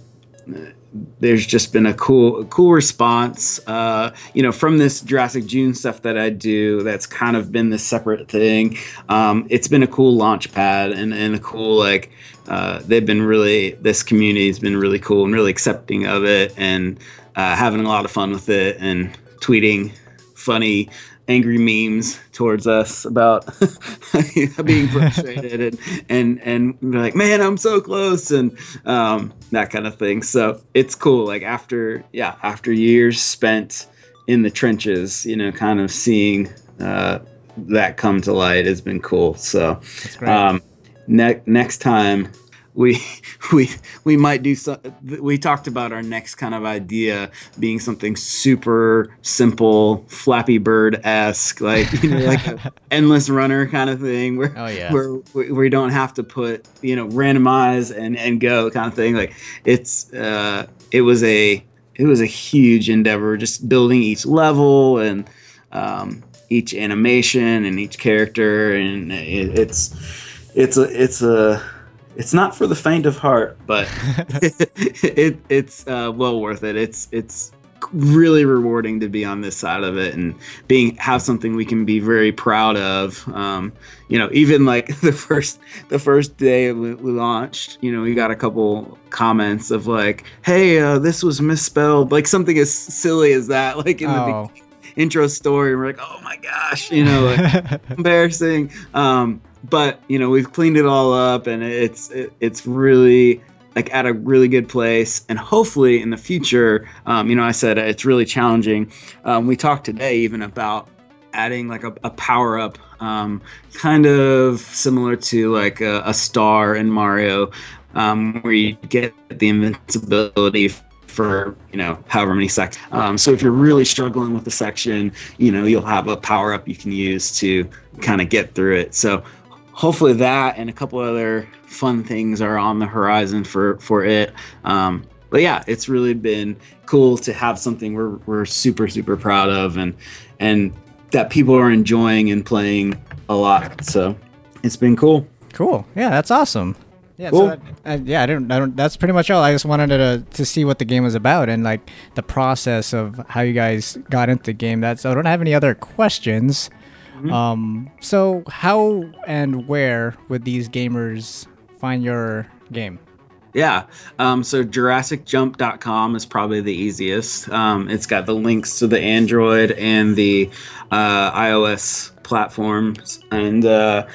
there's just been a cool a cool response uh, you know from this Jurassic June stuff that I do that's kind of been this separate thing um, it's been a cool launch pad and, and a cool like uh, they've been really this community has been really cool and really accepting of it and uh, having a lot of fun with it and tweeting funny angry memes towards us about being frustrated and and and we're like man i'm so close and um, that kind of thing so it's cool like after yeah after years spent in the trenches you know kind of seeing uh, that come to light has been cool so That's great. um, ne- next time we we we might do so- we talked about our next kind of idea being something super simple flappy bird esque like you know like a endless runner kind of thing where oh yeah. where we, we don't have to put you know randomize and and go kind of thing like it's uh it was a it was a huge endeavor just building each level and um each animation and each character and it, it's it's a it's a it's not for the faint of heart but it it's uh well worth it it's it's really rewarding to be on this side of it and being have something we can be very proud of um you know even like the first the first day we, we launched you know we got a couple comments of like hey uh, this was misspelled like something as silly as that like in oh. the be- intro story we're like oh my gosh you know like, embarrassing um but you know we've cleaned it all up and it's it, it's really like at a really good place and hopefully in the future um, you know i said it's really challenging um, we talked today even about adding like a, a power up um, kind of similar to like a, a star in mario um, where you get the invincibility for you know however many seconds um, so if you're really struggling with the section you know you'll have a power up you can use to kind of get through it so hopefully that and a couple other fun things are on the horizon for for it um, but yeah it's really been cool to have something we're, we're super super proud of and and that people are enjoying and playing a lot so it's been cool Cool. Yeah, that's awesome. Yeah, Cool. so that, I, yeah, I don't, I don't. That's pretty much all. I just wanted to to see what the game was about and like the process of how you guys got into the game. That's. I don't have any other questions. Mm-hmm. Um. So how and where would these gamers find your game? Yeah. Um, so JurassicJump.com is probably the easiest. Um, it's got the links to the Android and the uh, iOS platforms, and uh,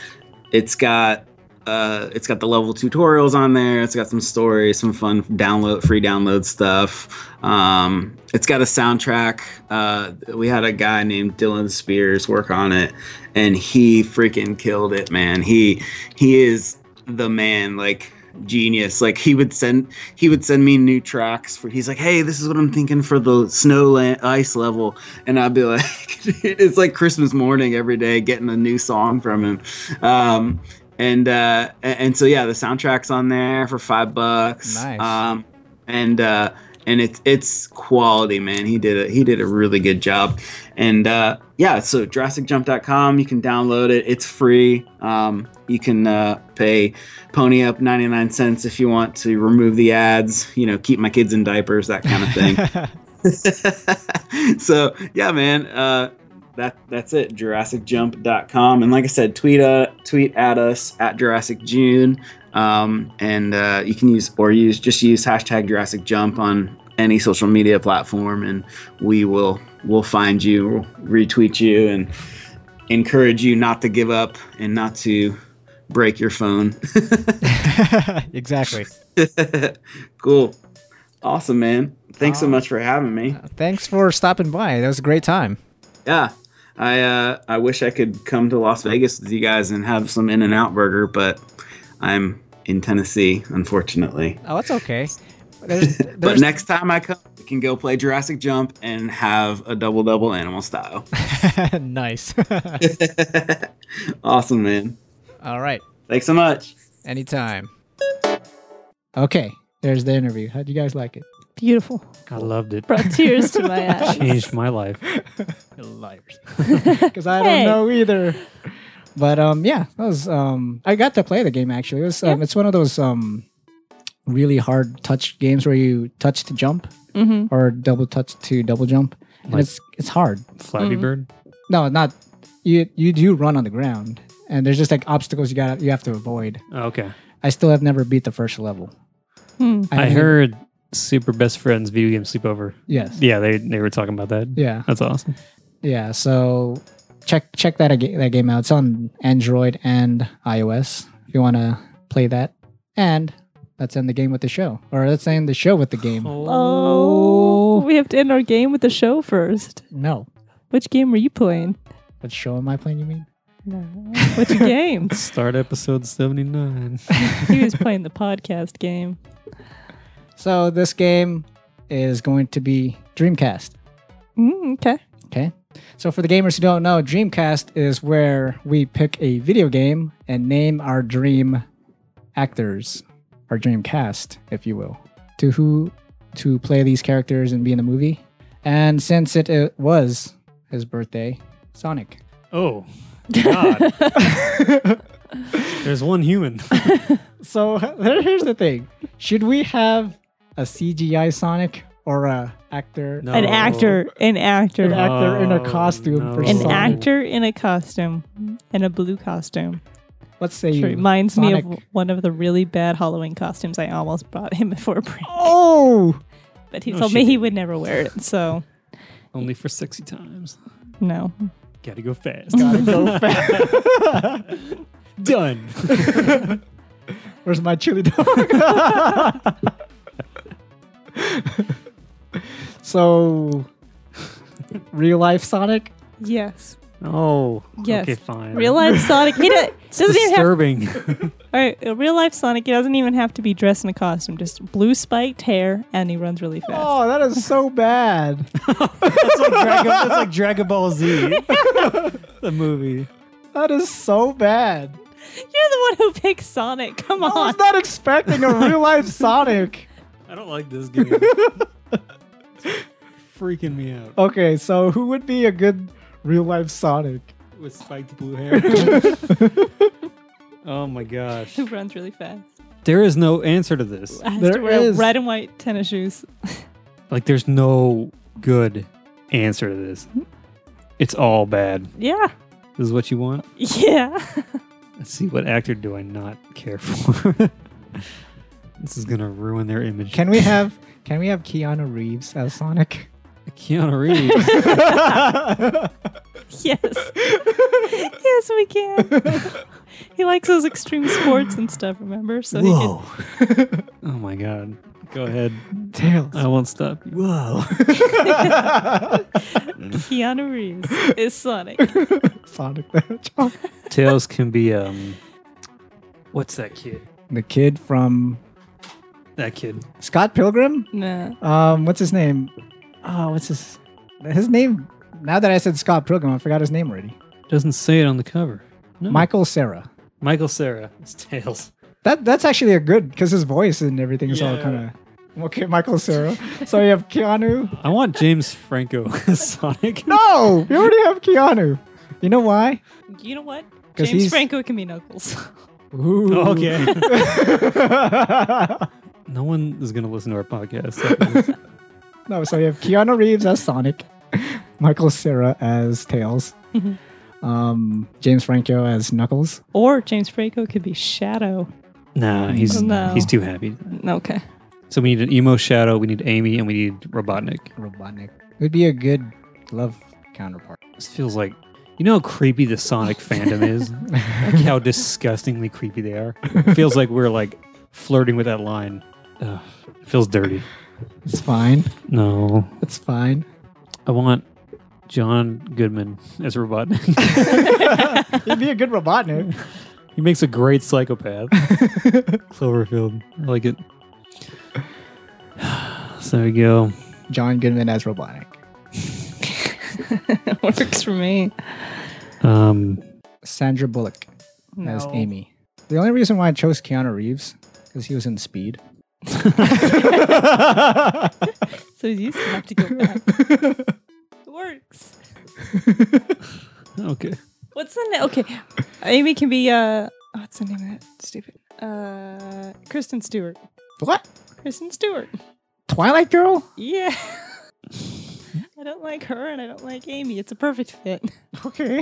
it's got uh, it's got the level tutorials on there. It's got some stories, some fun download, free download stuff. Um, it's got a soundtrack. Uh, we had a guy named Dylan Spears work on it, and he freaking killed it, man. He he is the man. Like genius. Like he would send he would send me new tracks for he's like, hey, this is what I'm thinking for the snow la- ice level, and I'd be like, it's like Christmas morning every day getting a new song from him. Um, and uh, a- and so yeah, the soundtrack's on there for five bucks. Nice. Um, and uh, and it's it's quality, man. He did a, he did a really good job. And uh, yeah, so JurassicJump.com, you can download it. It's free. Um, you can uh, pay pony up 99 cents if you want to remove the ads, you know, keep my kids in diapers, that kind of thing. so yeah, man, uh, that that's it. JurassicJump.com, and like I said, tweet uh, tweet at us at Jurassic June, um, and uh, you can use or use just use hashtag Jurassic Jump on any social media platform, and we will will find you, we'll retweet you, and encourage you not to give up and not to break your phone. exactly. cool, awesome, man. Thanks so much for having me. Thanks for stopping by. That was a great time. Yeah. I uh, I wish I could come to Las Vegas with you guys and have some In and Out burger, but I'm in Tennessee, unfortunately. Oh, that's okay. There's, But there's, next time I come, we can go play Jurassic Jump and have a double double animal style. nice. awesome, man. all right. Thanks so much. Anytime. Okay. There's the interview. How'd you guys like it? Beautiful. I loved it. Brought tears to my eyes. Changed my life. Liars. Because I don't Hey. know either. But um, yeah, that was um, I got to play the game actually. It was um, it's one of those um, really hard touch games where you touch to jump Mm-hmm. or double touch to double jump, and Like- it's it's hard. Flappy Mm. Mhm. Bird. No, not you. You do run on the ground, and there's just like obstacles you got you have to avoid. Oh, okay. I still have never beat the first level. Hmm. I, haven't- heard Super Best Friends Video Game Sleepover. yes, Yeah, they they were talking about that. yeah. That's awesome. yeah so check check that aga- that game out it's on android and ios if you want to play that and let's end the game with the show or let's end the show with the game Oh, we have to end our game with the show first. no Which game were you playing? what show am i playing you mean No. Which game? Start episode 79. he was playing the podcast game. so this game is going to be dreamcast Mm, okay. okay so for the gamers who don't know dreamcast is where we pick a video game and name our dream actors our dream cast if you will to who to play these characters and be in the movie. And since it, uh was his birthday, Sonic. Oh, God. There's one human. So there- here's the thing: should we have a CGI Sonic or a actor? No. An actor, an actor, An actor in a costume Oh, for no. an Sonic. actor in a costume, in a blue costume. Let's say Sure, you. reminds me of Mm. Sonic. one of the really bad Halloween costumes I almost brought him for a break, oh, but he No told me he shit. would never wear it. So Only for sexy times. no, Gotta go fast. gotta go fast. Done. Where's my chili dog? so, real life Sonic. yes, Oh. Yes. Okay, fine. real life Sonic. He do- doesn't even have. Disturbing. All right, a real life Sonic. He doesn't even have to be dressed in a costume. Just blue spiked hair, and he runs really fast. Oh, that is so bad. that's, like Dragon, that's like Dragon Ball Z. the movie. That is so bad. You're the one who picked Sonic. Come I on. was not expecting a real life Sonic. I don't like this game. freaking me out. Okay, so who would be a good real life Sonic? with spiked blue hair. oh my gosh. Who runs really fast? There is no answer to this. Has to There wear is- red and white tennis shoes. Like, there's no good answer to this. It's all bad. Yeah. This is what you want? Yeah. Let's see, what actor do I not care for? this is going to ruin their image. Can we have can we have Keanu Reeves as Sonic? Keanu Reeves. yes. yes, we can. he likes those extreme sports and stuff, remember? So he can. oh my god. Go ahead. Tails. I won't stop you. Whoa. Keanu Reeves is Sonic. Sonic the Hedgehog. Tails can be, um, what's that kid? The kid from That kid. Scott Pilgrim? Nah. Um, what's his name? Oh, what's his his name? Now that I said Scott Pilgrim, I forgot his name already. Doesn't say it on the cover. No. Michael Sarah. Michael Sarah. It's Tails. That that's actually a good because his voice and everything is all Yeah. kind of okay. Michael Cera. so you have Keanu. I want James Franco as Sonic. No, you already have Keanu. You know why? You know what? 'Cause James he's- Franco can be Knuckles. Ooh. Okay. no one is going to listen to our podcast. no, so you have Keanu Reeves as Sonic, Michael Cera as Tails, Mhm. Mm-hmm. um, James Franco as Knuckles. or James Franco could be Shadow. nah, Uh, he's No. he's too happy. Okay. So we need an emo shadow, we need Amy, and we need Robotnik. Robotnik would be a good love counterpart. This feels like you know how creepy the Sonic fandom is? like how disgustingly creepy they are. It feels like we're like flirting with that line. Ugh, it feels dirty. It's fine. No. It's fine. I want John Goodman as Robotnik. He'd be a good Robotnik. he makes a great psychopath. Cloverfield. I like it. So there we go. John Goodman as Robotnik. Works for me. Um, Sandra Bullock. No. as Amy. The only reason why I chose Keanu Reeves because he was in Speed. So you used to have to go back. it works. okay. What's the name? Okay, Amy can be. uh oh, What's the name of that? Stupid. Uh, Kristen Stewart. what? Kristen Stewart. Twilight Girl? Yeah. I don't like her and I don't like Amy. It's a perfect fit. Okay.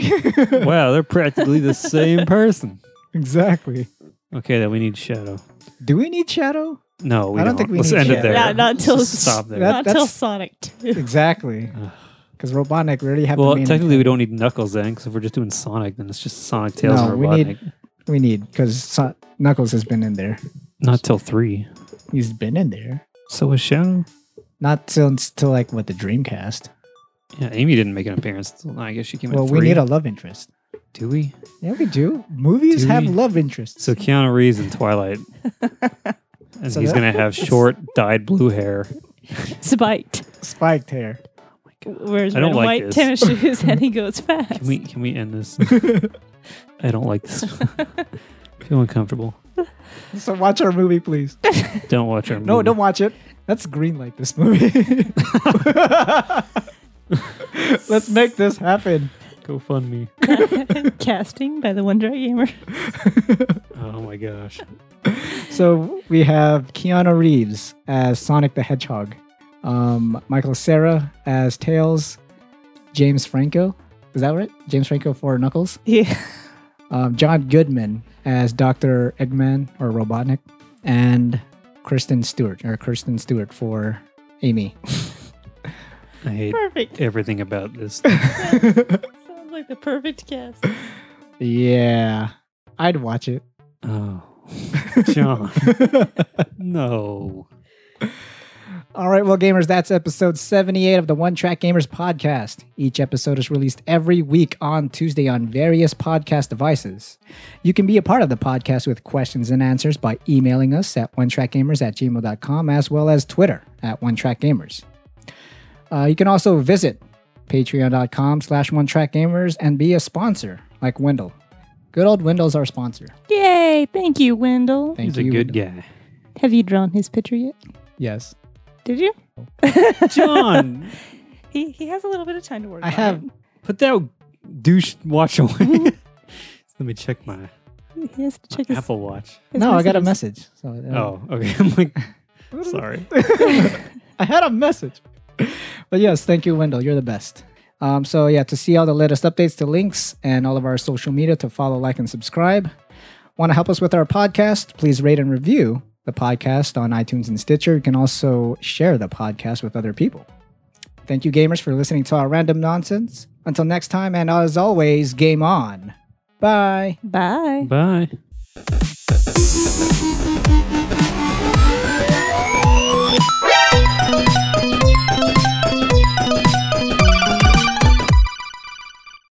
Wow, they're practically the same person. exactly. Okay, then we need Shadow. Do we need Shadow? No, we I don't. don't think we Let's need end it Shadow. there. Not, not until Stop there. That- Not until that's- Sonic 2. Exactly. Because Robotnik really have well, the main technically, we don't need Knuckles then, because if we're just doing Sonic, then it's just Sonic, Tails, No, and we Robotnik. need- we need because so- Knuckles has been in there. Not till three. He's been in there. So was Shadow. Not till till like what the Dreamcast. Yeah, Amy didn't make an appearance. till- I guess she came. Well, in three. we need a love interest. Do we? Yeah, we do. Movies Do have we? love interests. So Keanu Reeves in Twilight, and So he's that- gonna have short, dyed blue hair. Spiked. Spiked hair. Wears I red and don't like white this. tennis shoes and he goes fast. Can we? Can we end this? I don't like this. Feel uncomfortable. So watch our movie, please. Don't watch our movie. No, don't watch it. Let's green light this movie. Let's make this happen. Go fund me. Casting by the One Dry Gamer. Oh my gosh. So we have Keanu Reeves as Sonic the Hedgehog, um, Michael Sarah as Tails, James Franco. Is that right? James Franco for Knuckles. Yeah. um, John Goodman as Dr. Eggman or Robotnik, and Kristen Stewart or Kristen Stewart for Amy. I hate Perfect. everything about this. Sounds like the perfect cast. Yeah, I'd watch it. Oh, John. no. All right, well, gamers, that's episode 78 of the One Track Gamers podcast. Each episode is released every week on Tuesday on various podcast devices. You can be a part of the podcast with questions and answers by emailing us at onetrackgamers at gmail.com as well as Twitter at onetrackgamers. Uh, you can also visit patreon.com slash onetrackgamers and be a sponsor like Wendell. Good old Wendell's our sponsor. Yay. Thank you, Wendell. Thank He's you. a good Wendell. guy. Have you drawn his picture yet? Yes. Did you? John, He, he has a little bit of time to work I on have- put that douche watch away. Let me check my, it. He has to my check his, Apple Watch. his no, I got a messages. message. So, uh, Oh, okay. I'm like, sorry. I had a message. But yes, thank you, Wendell. You're the best. Um, so yeah, to see all the latest updates to links and all of our social media, to follow, like, and subscribe. Want to help us with our podcast? Please rate and review the podcast on iTunes and Stitcher. You can also share the podcast with other people. Thank you, gamers, for listening to our random nonsense. Until next time, and as always, game on. Bye. Bye. Bye.